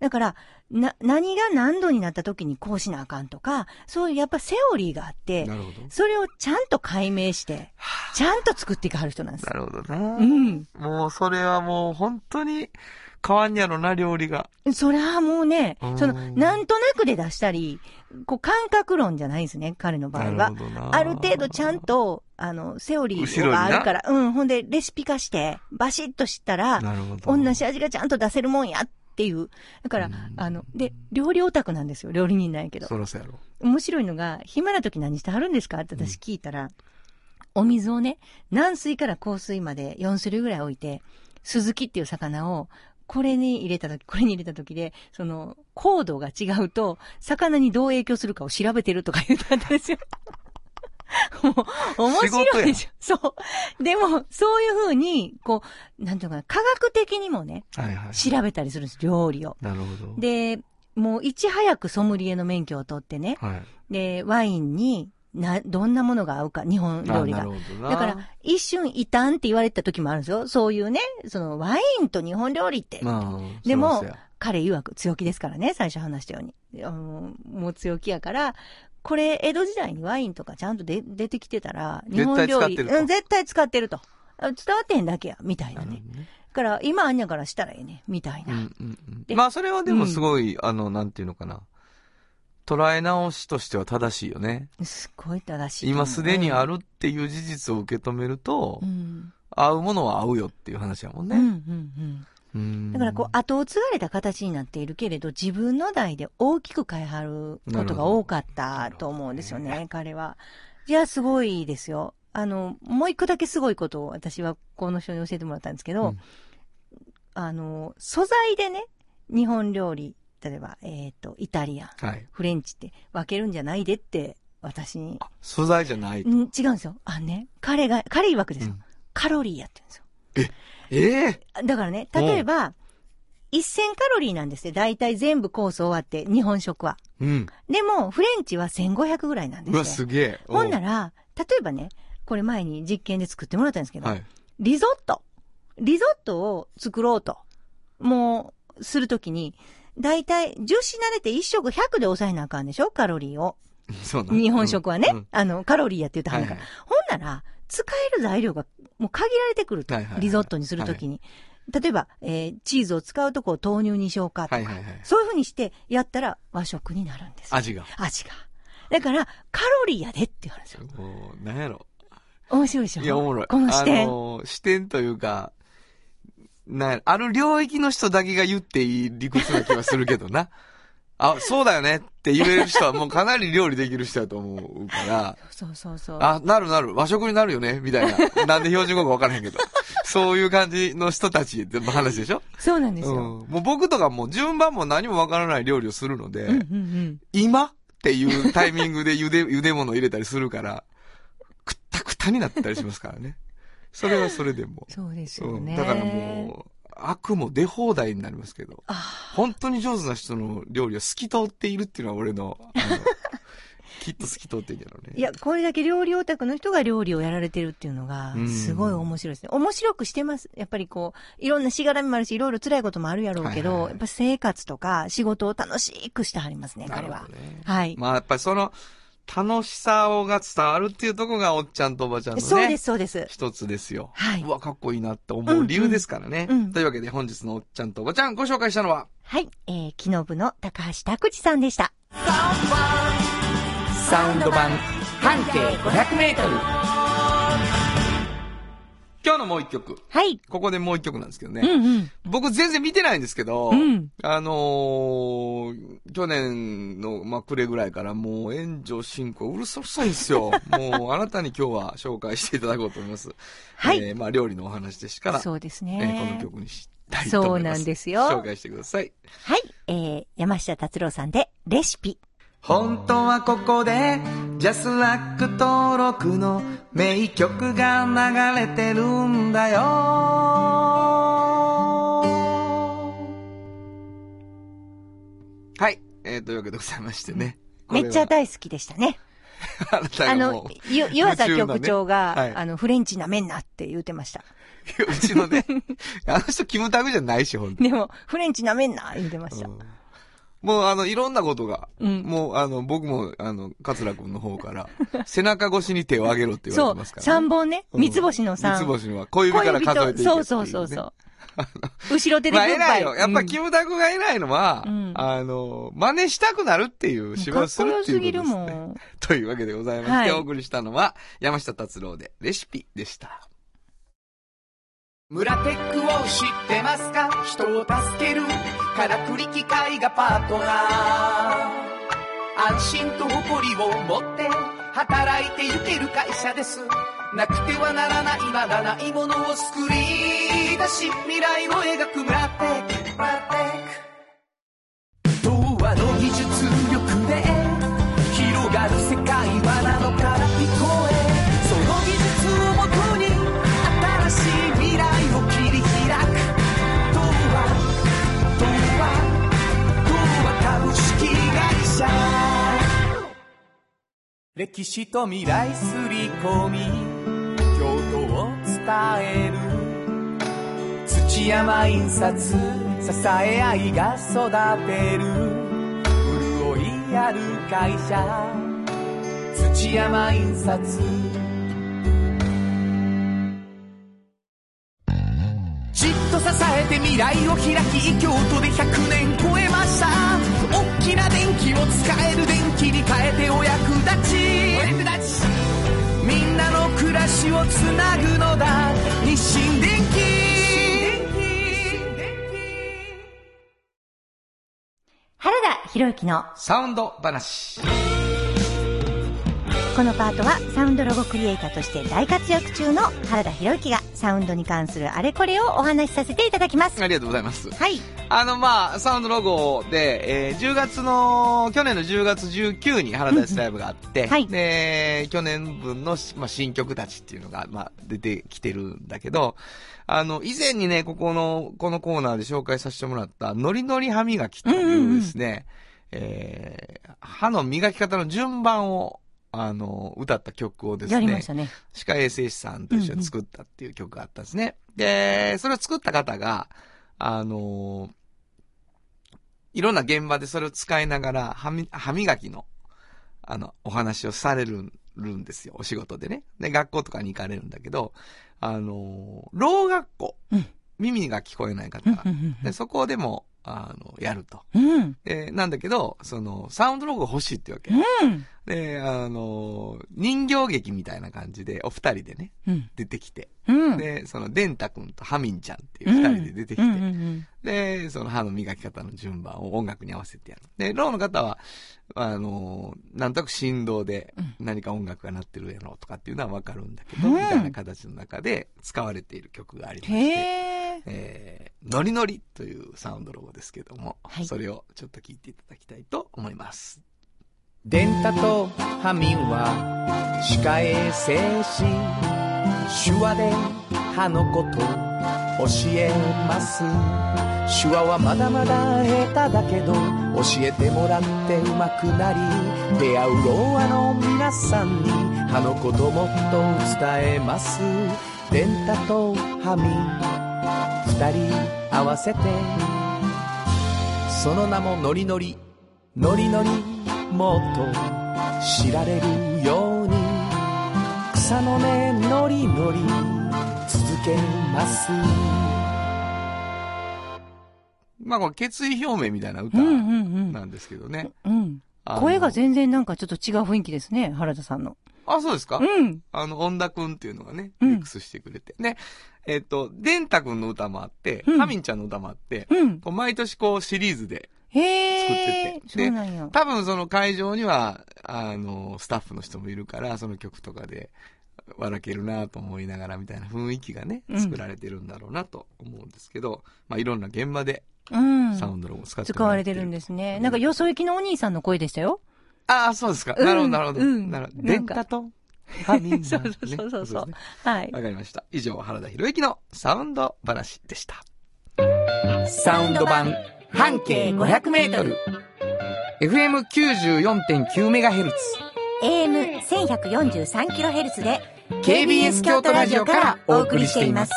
[SPEAKER 3] だから、な、何が何度になった時にこうしなあかんとか、そういうやっぱセオリーがあって、
[SPEAKER 2] なるほど。
[SPEAKER 3] それをちゃんと解明して、ちゃんと作っていかはる人なんです。
[SPEAKER 2] なるほどな。
[SPEAKER 3] うん。
[SPEAKER 2] もうそれはもう本当に変わんやろな、料理が。
[SPEAKER 3] それはもうね
[SPEAKER 2] う、ん
[SPEAKER 3] その、なんとなくで出したり、こう、感覚論じゃないんですね、彼の場合
[SPEAKER 2] な
[SPEAKER 3] は
[SPEAKER 2] るほど。な
[SPEAKER 3] ある程度ちゃんと、あの、セオリ
[SPEAKER 2] 後
[SPEAKER 3] ー
[SPEAKER 2] ろに
[SPEAKER 3] が
[SPEAKER 2] な
[SPEAKER 3] あるから、うん、ほんで、レシピ化して、バシッと知ったら、
[SPEAKER 2] なるほど。
[SPEAKER 3] 同じ味がちゃんと出せるもんやっていう。だから、あの、で、料理オタクなんですよ、料理人なんやけど。
[SPEAKER 2] そろそろやろ。
[SPEAKER 3] 面白いのが、暇な時何してはるんですかって私聞いたら、お水をね、軟水から硬水まで4種類ぐらい置いて、スズキっていう魚を、これに入れた時、これに入れた時で、その、高度が違うと、魚にどう影響するかを調べてるとか言ってあったんですよ。 もう、面白いでしょ。そう。でも、そういうふうに、こう、なんていうのかな、科学的にもね、
[SPEAKER 2] はいはい。
[SPEAKER 3] 調べたりするんです、料理を。
[SPEAKER 2] なるほど。
[SPEAKER 3] で、もういち早くソムリエの免許を取ってね、
[SPEAKER 2] はい。
[SPEAKER 3] で、ワインに、な、どんなものが合うか、日本料理
[SPEAKER 2] あ
[SPEAKER 3] が
[SPEAKER 2] なる。ほどな。
[SPEAKER 3] だから、一瞬異端って言われた時もあるんですよ。そういうね、その、ワインと日本料理って。
[SPEAKER 2] まあ、
[SPEAKER 3] で
[SPEAKER 2] そ
[SPEAKER 3] も
[SPEAKER 2] らそや、
[SPEAKER 3] 彼曰く強気ですからね、最初話したように。あの、もう強気やから、これ、江戸時代にワインとかちゃんとで出てきてたら、日本料理、
[SPEAKER 2] 絶対使ってると
[SPEAKER 3] うん、絶対使ってると。あ伝わってへんだけや、みたいなね。だから、今あんやからしたらええね、みたいな。
[SPEAKER 2] うんうんうんまあ、それはでもすごい、あの、なんていうのかな。捉え直しとしては正しいよね。
[SPEAKER 3] すっごい正しいと思う。
[SPEAKER 2] 今すでにあるっていう事実を受け止めると、
[SPEAKER 3] うん。
[SPEAKER 2] 合うものは合うよっていう話やもん
[SPEAKER 3] う
[SPEAKER 2] ね。
[SPEAKER 3] ん、うん、うん。
[SPEAKER 2] うん
[SPEAKER 3] だからこう、後を継がれた形になっているけれど、自分の代で大きく変えはることが多かったと思うんですよね、彼は。いや、すごいですよ。あの、もう一個だけすごいことを私はこの人に教えてもらったんですけど、あの、素材でね、日本料理、例えば、えっ、と、イタリアン、
[SPEAKER 2] はい。
[SPEAKER 3] フレンチって分けるんじゃないでって、私に、
[SPEAKER 2] 素材じゃない。
[SPEAKER 3] うん、違うんですよ。あのね、彼が、彼曰くですよ。カロリーやってるんですよ。
[SPEAKER 2] ええ
[SPEAKER 3] だからね、例えば、1000カロリーなんですよ。大体全部コース終わって、日本食は。
[SPEAKER 2] うん。
[SPEAKER 3] でも、フレンチは1500ぐらいなんです
[SPEAKER 2] う
[SPEAKER 3] よ。
[SPEAKER 2] わ、すげえ。
[SPEAKER 3] ほんなら、例えばね、これ前に実験で作ってもらったんですけど、
[SPEAKER 2] はい
[SPEAKER 3] リゾット。リゾットを作ろうと。もう、するときに、大体、10品出て1食100で抑えなあかんでしょカロリーを。
[SPEAKER 2] おそうな
[SPEAKER 3] 日本食はね、
[SPEAKER 2] うんうん
[SPEAKER 3] あの、カロリーやって言ってはるから。
[SPEAKER 2] はいは
[SPEAKER 3] ほんなら、使える材料がもう限られてくると。
[SPEAKER 2] はいはいはい
[SPEAKER 3] リゾットにするときに。例えば、えーチーズを使うとこを豆乳にしようかとか、
[SPEAKER 2] はいはいはい
[SPEAKER 3] そういうふうにしてやったら和食になるんです。
[SPEAKER 2] 味が。
[SPEAKER 3] 味が。だから、カロリーやでって言われるんですよ。
[SPEAKER 2] もう、なんやろ。
[SPEAKER 3] 面白いでしょ
[SPEAKER 2] いや、おもろい。
[SPEAKER 3] この視点。
[SPEAKER 2] あのー視点というか、なんやある領域の人だけが言っていい理屈な気はするけどな。 あ、そうだよねって言える人はもうかなり料理できる人だと思うから、
[SPEAKER 3] そうそうそう。
[SPEAKER 2] あ、なるなる、和食になるよねみたいな。 なんで標準語かわからへんけど。そういう感じの人たちって話でしょ
[SPEAKER 3] そうなんです
[SPEAKER 2] うん
[SPEAKER 3] よ。、
[SPEAKER 2] もう僕とかもう順番も何もわからない料理をするので、
[SPEAKER 3] うん、うん、うん。
[SPEAKER 2] 今っていうタイミングで茹で、 茹で物入れたりするから、くったくたになったりしますからね。それはそれでも。
[SPEAKER 3] そうですよ
[SPEAKER 2] う
[SPEAKER 3] ね。
[SPEAKER 2] んだからもう、悪も出放題になりますけど、本当に上手な人の料理は透き通っているっていうのは俺の、あの きっと透き通っているんだろうね。
[SPEAKER 3] いや、これだけ料理オタクの人が料理をやられてるっていうのが
[SPEAKER 2] う、ん
[SPEAKER 3] すごい面白いですね。面白くしてます。やっぱりこう、いろんなしがらみもあるし、いろいろ辛いこともあるやろうけど、
[SPEAKER 2] はいはいはい
[SPEAKER 3] やっぱ生活とか仕事を楽しくしてはりますね、
[SPEAKER 2] な
[SPEAKER 3] 彼
[SPEAKER 2] る
[SPEAKER 3] は
[SPEAKER 2] ほど。ね。
[SPEAKER 3] はい。
[SPEAKER 2] まあやっぱりその、楽しさをが伝わるっていうところがおっちゃんとおばちゃんのね。
[SPEAKER 3] そうです、そうです。
[SPEAKER 2] 一つですよ。
[SPEAKER 3] はいう
[SPEAKER 2] わ、かっこいいなって思う理由ですからね。
[SPEAKER 3] うんうんうん
[SPEAKER 2] というわけで本日のおっちゃんとおばちゃんご紹介したのは、
[SPEAKER 3] はい、えー、昨日部の高橋拓司さんでした。
[SPEAKER 4] サウンド版半径500メートル。
[SPEAKER 2] 今日のもう一曲。
[SPEAKER 3] はい。
[SPEAKER 2] ここでもう一曲なんですけどね。
[SPEAKER 3] うんうん、
[SPEAKER 2] 僕全然見てないんですけど、
[SPEAKER 3] うん、
[SPEAKER 2] あのー、去年の、まあ、暮れぐらいからもう援助進行うるさうるさいんで すよ。もうあなたに今日は紹介していただこうと思います。
[SPEAKER 3] はい。え
[SPEAKER 2] ー、まあ、料理のお話ですから。
[SPEAKER 3] そうですね。
[SPEAKER 2] えー、この曲にしたいと思いま
[SPEAKER 3] そう
[SPEAKER 2] す。
[SPEAKER 3] なんですよ。
[SPEAKER 2] 紹介してください。
[SPEAKER 3] はい。えー、山下達郎さんでレシピ。
[SPEAKER 4] 本当はここでジャスラック登録の名曲が流れてるんだよ
[SPEAKER 2] はい、えー、というわけでございましてね
[SPEAKER 3] めっちゃ大好きでしたねあの、ゆ、湯浅局長 が、ねはい、あの、フレンチなめんなって言うてました。
[SPEAKER 2] うちのね、あの人キムタクじゃないし、ほん
[SPEAKER 3] でも、フレンチなめんな言うてました。
[SPEAKER 2] もうあの、いろんなことが、
[SPEAKER 3] うん、
[SPEAKER 2] もうあの、僕も、あの、桂くんの方から、 背中越しに手を上げろって言われてますから、ね、
[SPEAKER 3] そう、3本ね、三つ星の3。
[SPEAKER 2] 三つ星は、小指から数えていく、ね、
[SPEAKER 3] そうそうそうそう。 後ろ手でグッバイ。
[SPEAKER 2] まあ、偉いよ。やっぱ、キムタクが偉いのは、うん、あの、真似したくなるっていう、芝居するっていうことです、ね。かっこよすぎるもん。というわけでございまして、はい、お送りしたのは、山下達郎でレシピでした。
[SPEAKER 4] 村テックを知ってますか人を助けるからくり機械がパートナー安心と誇りを持って働いてゆける会社ですなくてはならないならないものを作り出し未来を描く村テック村テック童話の技術力で広がる世界はなのから聞こえその技術をもとに新しい未来を切り開く「東和東和東和株式会社」歴史と未来すり込み京都を伝える土山印刷支え合いが育てる潤いある会社土山印刷じっと支えて未来を開き京都で100年超えました大きな電気を使える電気に変えてお役立ちお役立ちみんなの暮らしをつなぐのだ日清電気
[SPEAKER 3] 原田博之の
[SPEAKER 2] サウンド話
[SPEAKER 3] このパートはサウンドロゴクリエイターとして大活躍中の原田博之がサウンドに関するあれこれをお話しさせていただきます。
[SPEAKER 2] ありがとうございます。
[SPEAKER 3] はい。
[SPEAKER 2] あの、まあ、サウンドロゴで、えー、10月の、去年の10月19に原田 S ライブがあって、
[SPEAKER 3] はい、
[SPEAKER 2] で、去年分の、まあ、新曲たちっていうのが、まあ、出てきてるんだけど、あの、以前にね、ここの、このコーナーで紹介させてもらった、ノリノリ歯磨きというですね、うんうんうん、えー、歯の磨き方の順番を、あの、歌った曲をですね。
[SPEAKER 3] やりましたね。
[SPEAKER 2] 歯科衛生士さんと一緒に作ったっていう曲があったんですね。うんうん、で、それを作った方が、あのいろんな現場でそれを使いながら、歯磨きの、あの、お話をされるんですよ。お仕事でね。で、学校とかに行かれるんだけど、あの老学校、
[SPEAKER 3] うん、
[SPEAKER 2] 耳が聞こえない方、
[SPEAKER 3] うんうんうんうん、
[SPEAKER 2] でそこでも、あの、やると。
[SPEAKER 3] うん、
[SPEAKER 2] で、なんだけど、その、サウンドロゴ欲しいってわけ。
[SPEAKER 3] うん、
[SPEAKER 2] で、あの、人形劇みたいな感じで、お二人でね、
[SPEAKER 3] うん、
[SPEAKER 2] 出てきて、
[SPEAKER 3] うん、
[SPEAKER 2] で、その、デンタ君とハミンちゃんっていう二人で出てきて、うん
[SPEAKER 3] うんうん、
[SPEAKER 2] で、その歯の磨き方の順番を音楽に合わせてやる。で、ローの方は、あの、なんとなく振動で何か音楽が鳴ってるやろうとかっていうのはわかるんだけど、みたいな形の中で使われている曲がありまして、えー、ノリノリというサウンドロゴですけども、
[SPEAKER 3] はい、
[SPEAKER 2] それをちょっと聞いていただきたいと思います。
[SPEAKER 4] デンタとハミンは歯科衛生士手話で歯のこと教えます手話はまだまだ下手だけど教えてもらってうまくなり出会うろうあの皆さんに歯のこともっと伝えますデンタとハミン二人合わせてその名もノリノリノリノリもっと知られるように草の根ノリノリ続けます
[SPEAKER 2] まあこれ決意表明みたいな歌なんですけどね。
[SPEAKER 7] うん。声が全然なんかちょっと違う雰囲気ですね、原田さんの。
[SPEAKER 2] あ、そうですか
[SPEAKER 7] うん。
[SPEAKER 2] あの、恩田くんっていうのがね、ミックスしてくれて。ね。えっ、と、デンタくんの歌もあって、ハミンちゃんの歌もあって、こう毎年こうシリーズで作って
[SPEAKER 7] へえ、そ
[SPEAKER 2] て。
[SPEAKER 7] うなんや
[SPEAKER 2] で、。多分その会場には、あの、スタッフの人もいるから、その曲とかで、笑けるなと思いながらみたいな雰囲気がね、
[SPEAKER 7] うん
[SPEAKER 2] 作られてるんだろうなと思うんですけど、まあいろんな現場で
[SPEAKER 7] うん。
[SPEAKER 2] サウンドロゴを使って
[SPEAKER 7] 使われてるんですね。なんかよそ行きのお兄さんの声でしたよ。
[SPEAKER 2] ああ、そうですか。
[SPEAKER 7] うん
[SPEAKER 2] なるほど、なるほど。
[SPEAKER 7] うん
[SPEAKER 2] なるほど。
[SPEAKER 7] な
[SPEAKER 2] デ
[SPEAKER 7] ん
[SPEAKER 2] ン
[SPEAKER 7] か
[SPEAKER 2] タとハミンさん、ね。
[SPEAKER 7] そうそうそうそう
[SPEAKER 2] ですね
[SPEAKER 7] はい。
[SPEAKER 2] わかりました。以上、原田博之のサウンド話でした。
[SPEAKER 11] サウンド版半径500メートル
[SPEAKER 2] FM94.9MHz
[SPEAKER 1] AM1143kHz で
[SPEAKER 11] KBS 京都ラジオからお送りしています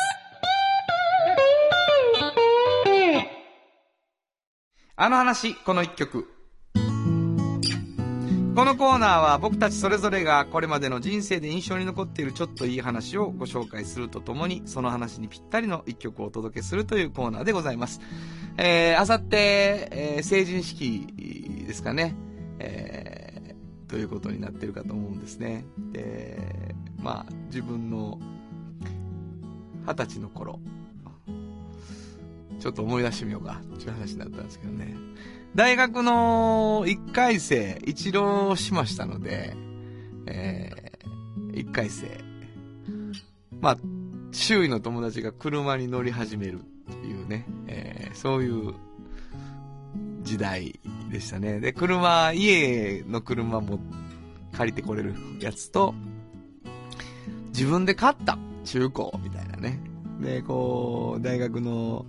[SPEAKER 2] あの話、この一曲。このコーナーは僕たちそれぞれがこれまでの人生で印象に残っているちょっといい話をご紹介するとともに、その話にぴったりの一曲をお届けするというコーナーでございます。えー、あさって、えー成人式ですかね。えー、ということになってるかと思うんですね。で、まあ、自分の二十歳の頃、ちょっと思い出してみようか、っていう話になったんですけどね。大学の1回生、一浪しましたので、え1回生。まあ、周囲の友達が車に乗り始めるっていうね、えーそういう時代でしたね。で、車、家の車も借りてこれるやつと、自分で買った中古みたいなね。で、こう、大学の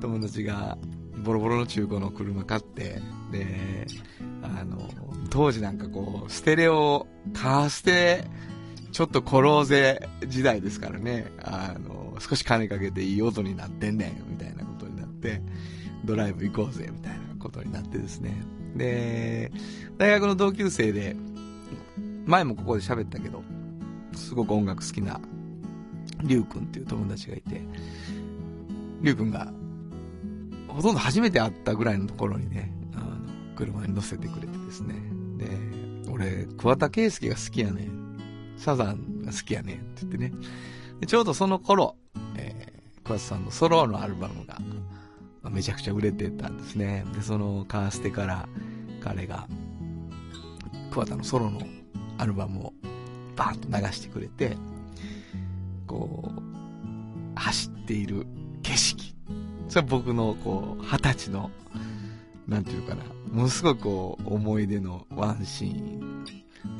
[SPEAKER 2] 友達がボロボロの中古の車買って、で、あの、当時なんかこう、ステレオ、カーステ、ちょっとコローゼ時代ですからね、あの、少し金かけていい音になってんねん、みたいなことになって、ドライブ行こうぜ、みたいなことになってですね。で、大学の同級生で、前もここで喋ったけど、すごく音楽好きな、りゅうくんっていう友達がいて、りゅうくんが、ほとんど初めて会ったぐらいのところにね、あの、車に乗せてくれてですね。で、俺、桑田佳祐が好きやねん。サザンが好きやねんって言ってね。でちょうどその頃、えー、桑田さんのソロのアルバムが、まあめちゃくちゃ売れてたんですね。で、そのカーステから彼が、桑田のソロのアルバムをバーンと流してくれて、こう、走っている景色。それは僕の、こう、二十歳の、なんていうかな、ものすごくこう、思い出のワンシーンで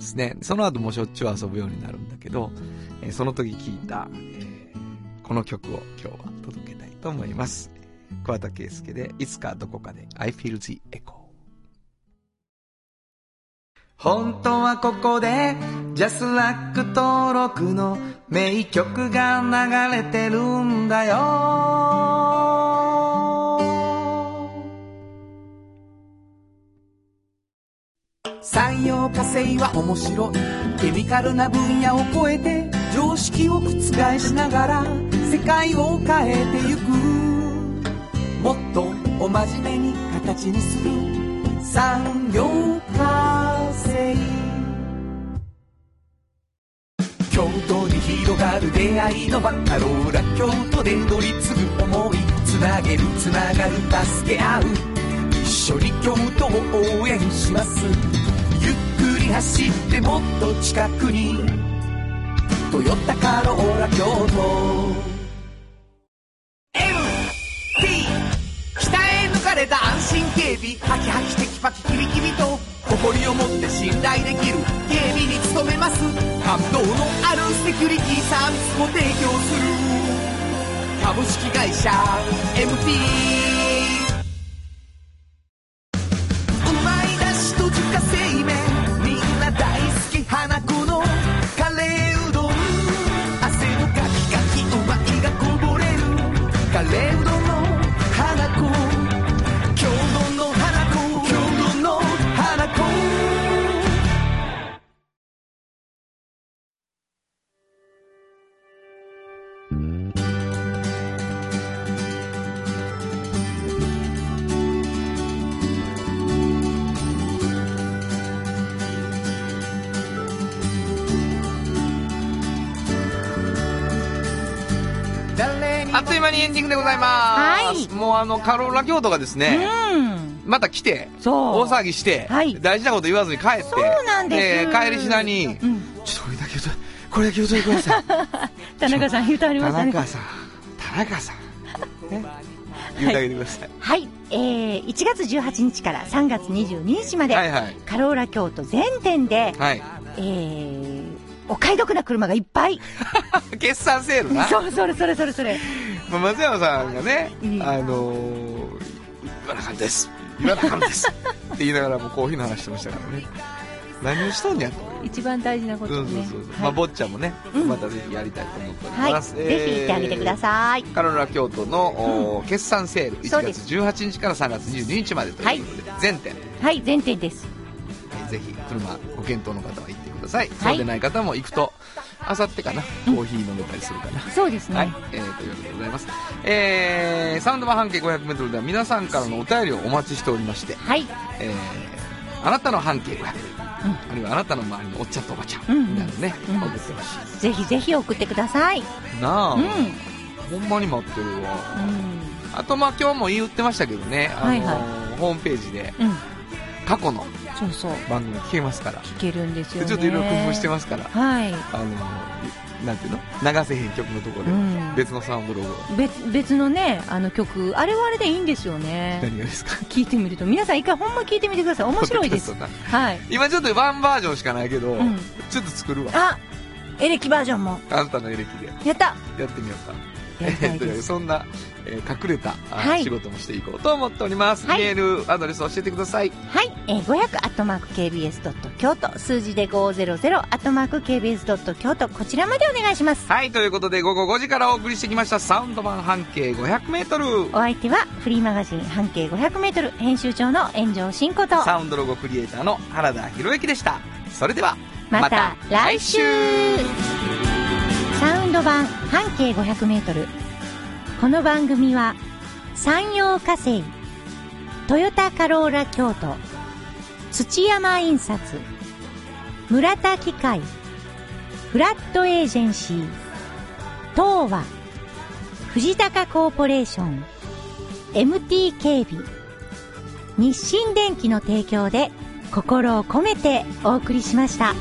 [SPEAKER 2] すね。その後もしょっちゅう遊ぶようになるんだけど、えーその時聴いた、えーこの曲を今日は届けたいと思います。桑田佳祐で、いつかどこかで I feel the echo。
[SPEAKER 11] 本当はここでジャスラック登録の名曲が流れてるんだよ
[SPEAKER 4] 産業化成は面白いケミカルな分野を超えて常識を覆しながら世界を変えてゆくもっとお真面目に形にする産業化成京都に広がる出会いのバカローラ京都で乗り継ぐ思いつなげるつながる助け合う一緒に京都を応援しますゆっくり走ってもっと近くに「トヨタカローラ京都」
[SPEAKER 11] 北へ抜かれた安心警備ハキハキテキパキキビキビと誇りを持って信頼できる警備に努めます感動のあるセキュリティサービスも提供する株式会社 MT うまいだしと自家製麺みんな大好き花子のカレーうどん汗のかきかきうまいがこぼれるカレーうどんの花子郷土の花子郷土の花子
[SPEAKER 4] 「
[SPEAKER 2] あっという間にエンディングでございます、
[SPEAKER 3] はい
[SPEAKER 2] もうあのカローラ京都がですね、また来て大騒ぎして、大事なこと言わずに帰って
[SPEAKER 3] そうなんです
[SPEAKER 2] 帰りしなに、これだけ言うといてください
[SPEAKER 3] 田中さん言うとありましたね
[SPEAKER 2] 田中さん田中さん言うてあげてください、
[SPEAKER 3] はい、えー、1月18日から3月22日まで、
[SPEAKER 2] はいはい
[SPEAKER 3] カローラ京都全店で、
[SPEAKER 2] はい
[SPEAKER 3] えー、お買い得な車がいっ ぱい
[SPEAKER 2] 決算セールな
[SPEAKER 3] そうそれそれそれそれ
[SPEAKER 2] まあ松山さんがね、あのー言わなあかんです言わなあか んですって言いながらもうコーヒーの話してましたからね何をしとんねやと
[SPEAKER 12] 一番大事なこと
[SPEAKER 2] そう
[SPEAKER 12] を
[SPEAKER 2] そうそう
[SPEAKER 12] ね
[SPEAKER 2] そう、まあ、坊ちゃんもね、またぜひやりたいと思っております、
[SPEAKER 3] はいぜひ行ってあげてください
[SPEAKER 2] えーカロラ京都の、おー決算セール1
[SPEAKER 3] そうで
[SPEAKER 2] 月
[SPEAKER 3] す
[SPEAKER 2] 18日から3月22日までということで、全店
[SPEAKER 3] はい全店です
[SPEAKER 2] ぜひ車ご検討の方は行ってください、
[SPEAKER 3] はい
[SPEAKER 2] そうでない方も行くとあさってかなコーヒー飲めたりするかな、
[SPEAKER 3] そうですね、
[SPEAKER 2] はい、えーというわけでございます、えーサウンド版半径 500m では皆さんからのお便りをお待ちしておりまして、
[SPEAKER 3] はい
[SPEAKER 2] えーあなたの半径500、あるいはあなたの周りのおっちゃんとおばちゃん、みたいなのね、送ってほし
[SPEAKER 3] ぜひぜひ送ってください
[SPEAKER 2] いなあ、
[SPEAKER 3] うん
[SPEAKER 2] ほんまに待ってるわ
[SPEAKER 3] うん
[SPEAKER 2] あとまあ今日も言ってましたけどね、あの
[SPEAKER 3] はいは
[SPEAKER 2] ホームページで
[SPEAKER 3] うん
[SPEAKER 2] 過去の
[SPEAKER 3] そうそう
[SPEAKER 2] 番組聞けますから
[SPEAKER 12] いけるんですよね
[SPEAKER 2] ちょっといろいろ工夫してますから
[SPEAKER 12] はい
[SPEAKER 2] あのなんていうの流せへん曲のところで
[SPEAKER 12] うん
[SPEAKER 2] 別のサウンドロゴ
[SPEAKER 12] 別別のねあの曲あれはあれでいいんですよね
[SPEAKER 2] 何がですか
[SPEAKER 12] 聞いてみると皆さん一回ほんま聞いてみてください面白いです
[SPEAKER 2] ポッドキャストな
[SPEAKER 12] はい
[SPEAKER 2] 今ちょっとワンバージョンしかないけど、
[SPEAKER 12] うん
[SPEAKER 2] ちょっと作るわ
[SPEAKER 12] あ
[SPEAKER 3] エレキバージョンも
[SPEAKER 2] あんたのエレキでや
[SPEAKER 3] やった
[SPEAKER 2] ってみようかえっ とそんな、えー隠れた、あ
[SPEAKER 3] はい
[SPEAKER 2] 仕事もしていこうと思っております、
[SPEAKER 3] はい
[SPEAKER 2] メールアドレス教えてください
[SPEAKER 3] はい、えー、500アットマーク KBS ドット京都数字で500アットマーク KBS ドット京都こちらまでお願いします
[SPEAKER 2] はいということで午後5時からお送りしてきましたサウンド版半径 500m
[SPEAKER 3] お相手はフリーマガジン半径 500m 編集長の炎上真子と
[SPEAKER 2] サウンドロゴクリエイターの原田博之でしたそれでは
[SPEAKER 3] また来週サウンド版半径 500m この番組は山陽火星トヨタカローラ京都土山印刷村田機械フラットエージェンシー東和藤高コーポレーション MT 警備日清電機の提供で心を込めてお送りしました。